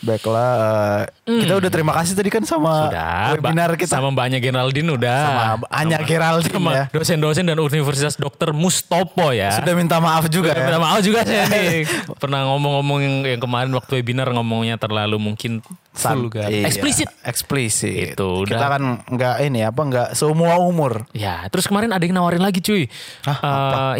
Speaker 3: baiklah eh, kita udah terima kasih tadi kan sama
Speaker 1: Udah,
Speaker 3: webinar
Speaker 1: Hmm. Mbak-
Speaker 3: kita
Speaker 1: sama Mbaknya Geraldine udah.
Speaker 3: Sama Anya Geraldine
Speaker 1: sama
Speaker 3: ya.
Speaker 1: dosen-dosen dan Universitas Dr. Mustopo ya.
Speaker 3: sudah minta maaf juga
Speaker 1: Minta
Speaker 3: ya.
Speaker 1: maaf juga
Speaker 3: (laughs)
Speaker 1: saya nih. Pernah ngomong-ngomong yang, yang kemarin waktu webinar ngomongnya terlalu mungkin
Speaker 3: San-
Speaker 1: vulgar.
Speaker 3: iya,
Speaker 1: Eksplisit.
Speaker 3: eksplisit
Speaker 1: Itu,
Speaker 3: kita
Speaker 1: udah.
Speaker 3: kan nggak ini apa nggak semua umur
Speaker 1: Ya, terus kemarin ada yang nawarin lagi cuy. Eh,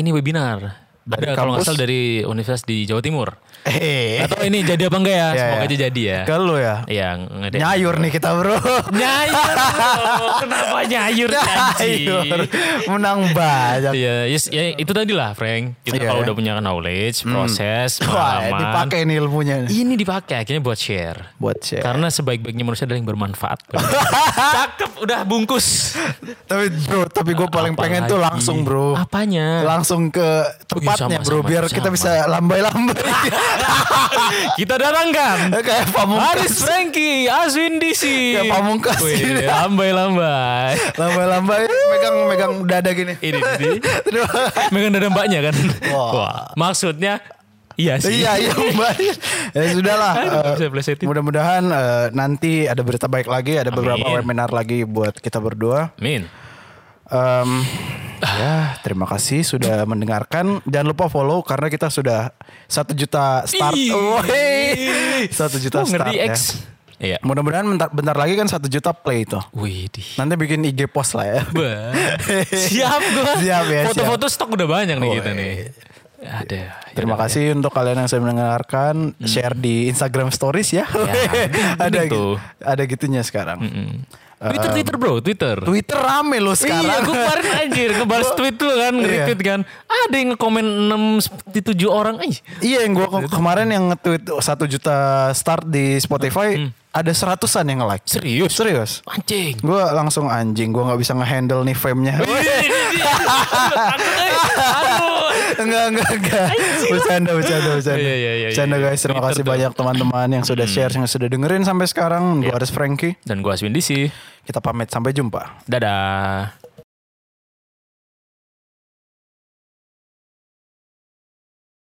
Speaker 1: ini webinar.
Speaker 3: Dari
Speaker 1: ada kalau nggak
Speaker 3: kampus?
Speaker 1: salah dari Universitas di Jawa Timur.
Speaker 3: eh
Speaker 1: Atau ini jadi apa enggak ya?
Speaker 3: (laughs) Iya,
Speaker 1: Semoga
Speaker 3: iya.
Speaker 1: aja jadi ya.
Speaker 3: ke lu ya
Speaker 1: Yang ngedek.
Speaker 3: nyayur nih kita bro
Speaker 1: (laughs) Nyayur. loh. Kenapa nyayur
Speaker 3: nyayur
Speaker 1: anjing?
Speaker 3: menang banyak
Speaker 1: Iya, yes, ya itu tadi lah, Frank. Kita
Speaker 3: Iya,
Speaker 1: kalau
Speaker 3: ya.
Speaker 1: udah punya knowledge, proses,
Speaker 3: Wah,
Speaker 1: pengalaman.
Speaker 3: dipakai nih ilmunya nih.
Speaker 1: (laughs) Ini dipakai akhirnya buat share.
Speaker 3: buat share.
Speaker 1: Karena sebaik-baiknya manusia adalah yang bermanfaat.
Speaker 3: (laughs)
Speaker 1: Cakep, udah bungkus.
Speaker 3: tapi bro, tapi gue paling
Speaker 1: Apalagi?
Speaker 3: pengen tuh langsung bro.
Speaker 1: Apanya?
Speaker 3: Langsung ke tempatnya
Speaker 1: sama,
Speaker 3: bro,
Speaker 1: sama,
Speaker 3: biar
Speaker 1: sama.
Speaker 3: kita bisa lambai-lambai.
Speaker 1: (laughs) (laughs) Kita datangkan.
Speaker 3: (laughs) Kayak
Speaker 1: Haris
Speaker 3: pamungkas.
Speaker 1: Frankie, Aswin DC.
Speaker 3: Kayak pamungkas
Speaker 1: Wih,
Speaker 3: ini. (laughs)
Speaker 1: Lambai-lambai.
Speaker 3: Lambai-lambai, megang-megang dada gini.
Speaker 1: Ini, ini.
Speaker 3: (laughs) Aduh.
Speaker 1: Megang dada mbaknya kan.
Speaker 3: Wah.
Speaker 1: Wah. Maksudnya, iya sih.
Speaker 3: iya, iya mbak. Ya sudah lah.
Speaker 1: Aduh,
Speaker 3: eh,
Speaker 1: saya plesetin.
Speaker 3: Mudah-mudahan eh, nanti ada berita baik lagi, ada beberapa
Speaker 1: Amin.
Speaker 3: webinar lagi buat kita berdua.
Speaker 1: Min.
Speaker 3: Em, ya, terima kasih sudah mendengarkan. Jangan lupa follow karena kita sudah satu juta start.
Speaker 1: Ih.
Speaker 3: Woi, satu juta
Speaker 1: Oh,
Speaker 3: start
Speaker 1: ngerti
Speaker 3: ya.
Speaker 1: X. Iya.
Speaker 3: Mudah-mudahan bentar, bentar lagi kan satu juta play itu.
Speaker 1: Widih.
Speaker 3: Nanti bikin IG post lah ya. (laughs)
Speaker 1: Bah. siap gua.
Speaker 3: Siap ya,
Speaker 1: Foto-foto stok udah banyak nih kita
Speaker 3: Woi.
Speaker 1: nih. Ada.
Speaker 3: Terima kasih untuk kalian yang sudah mendengarkan,
Speaker 1: Hmm.
Speaker 3: share di Instagram Stories (laughs) ya. ada gitu,
Speaker 1: penting tuh.
Speaker 3: ada gitunya sekarang.
Speaker 1: Twitter Twitter bro, Twitter.
Speaker 3: Twitter rame loh
Speaker 1: Hmm. Iya,
Speaker 3: sekarang. Iya.
Speaker 1: gue kemarin anjir ngebales tweet lu kan, nge-retweet kan. Ada yang nge-komen 6 7 orang. Ih,
Speaker 3: Iya yang gue kemarin yang nge-tweet satu juta start di Spotify
Speaker 1: Hmm.
Speaker 3: ada seratusan yang nge-like.
Speaker 1: serius.
Speaker 3: Serius?
Speaker 1: Anjing. (laughs)
Speaker 3: Gue langsung anjing, gue nggak bisa ngehandle nih fame-nya.
Speaker 1: Oh, iya.
Speaker 3: (laughs) enggak, enggak, enggak. Bercanda, bercanda, bercanda.
Speaker 1: Iya, iya, iya,
Speaker 3: Bercanda
Speaker 1: iya. Hmm.
Speaker 3: guys, terima kasih banyak teman-teman yang sudah share, yang sudah
Speaker 1: Iya.
Speaker 3: dengerin sampai sekarang. Gue Aris Franky,
Speaker 1: Dan gue Aswin DC.
Speaker 3: kita pamit sampai jumpa.
Speaker 1: Dadah.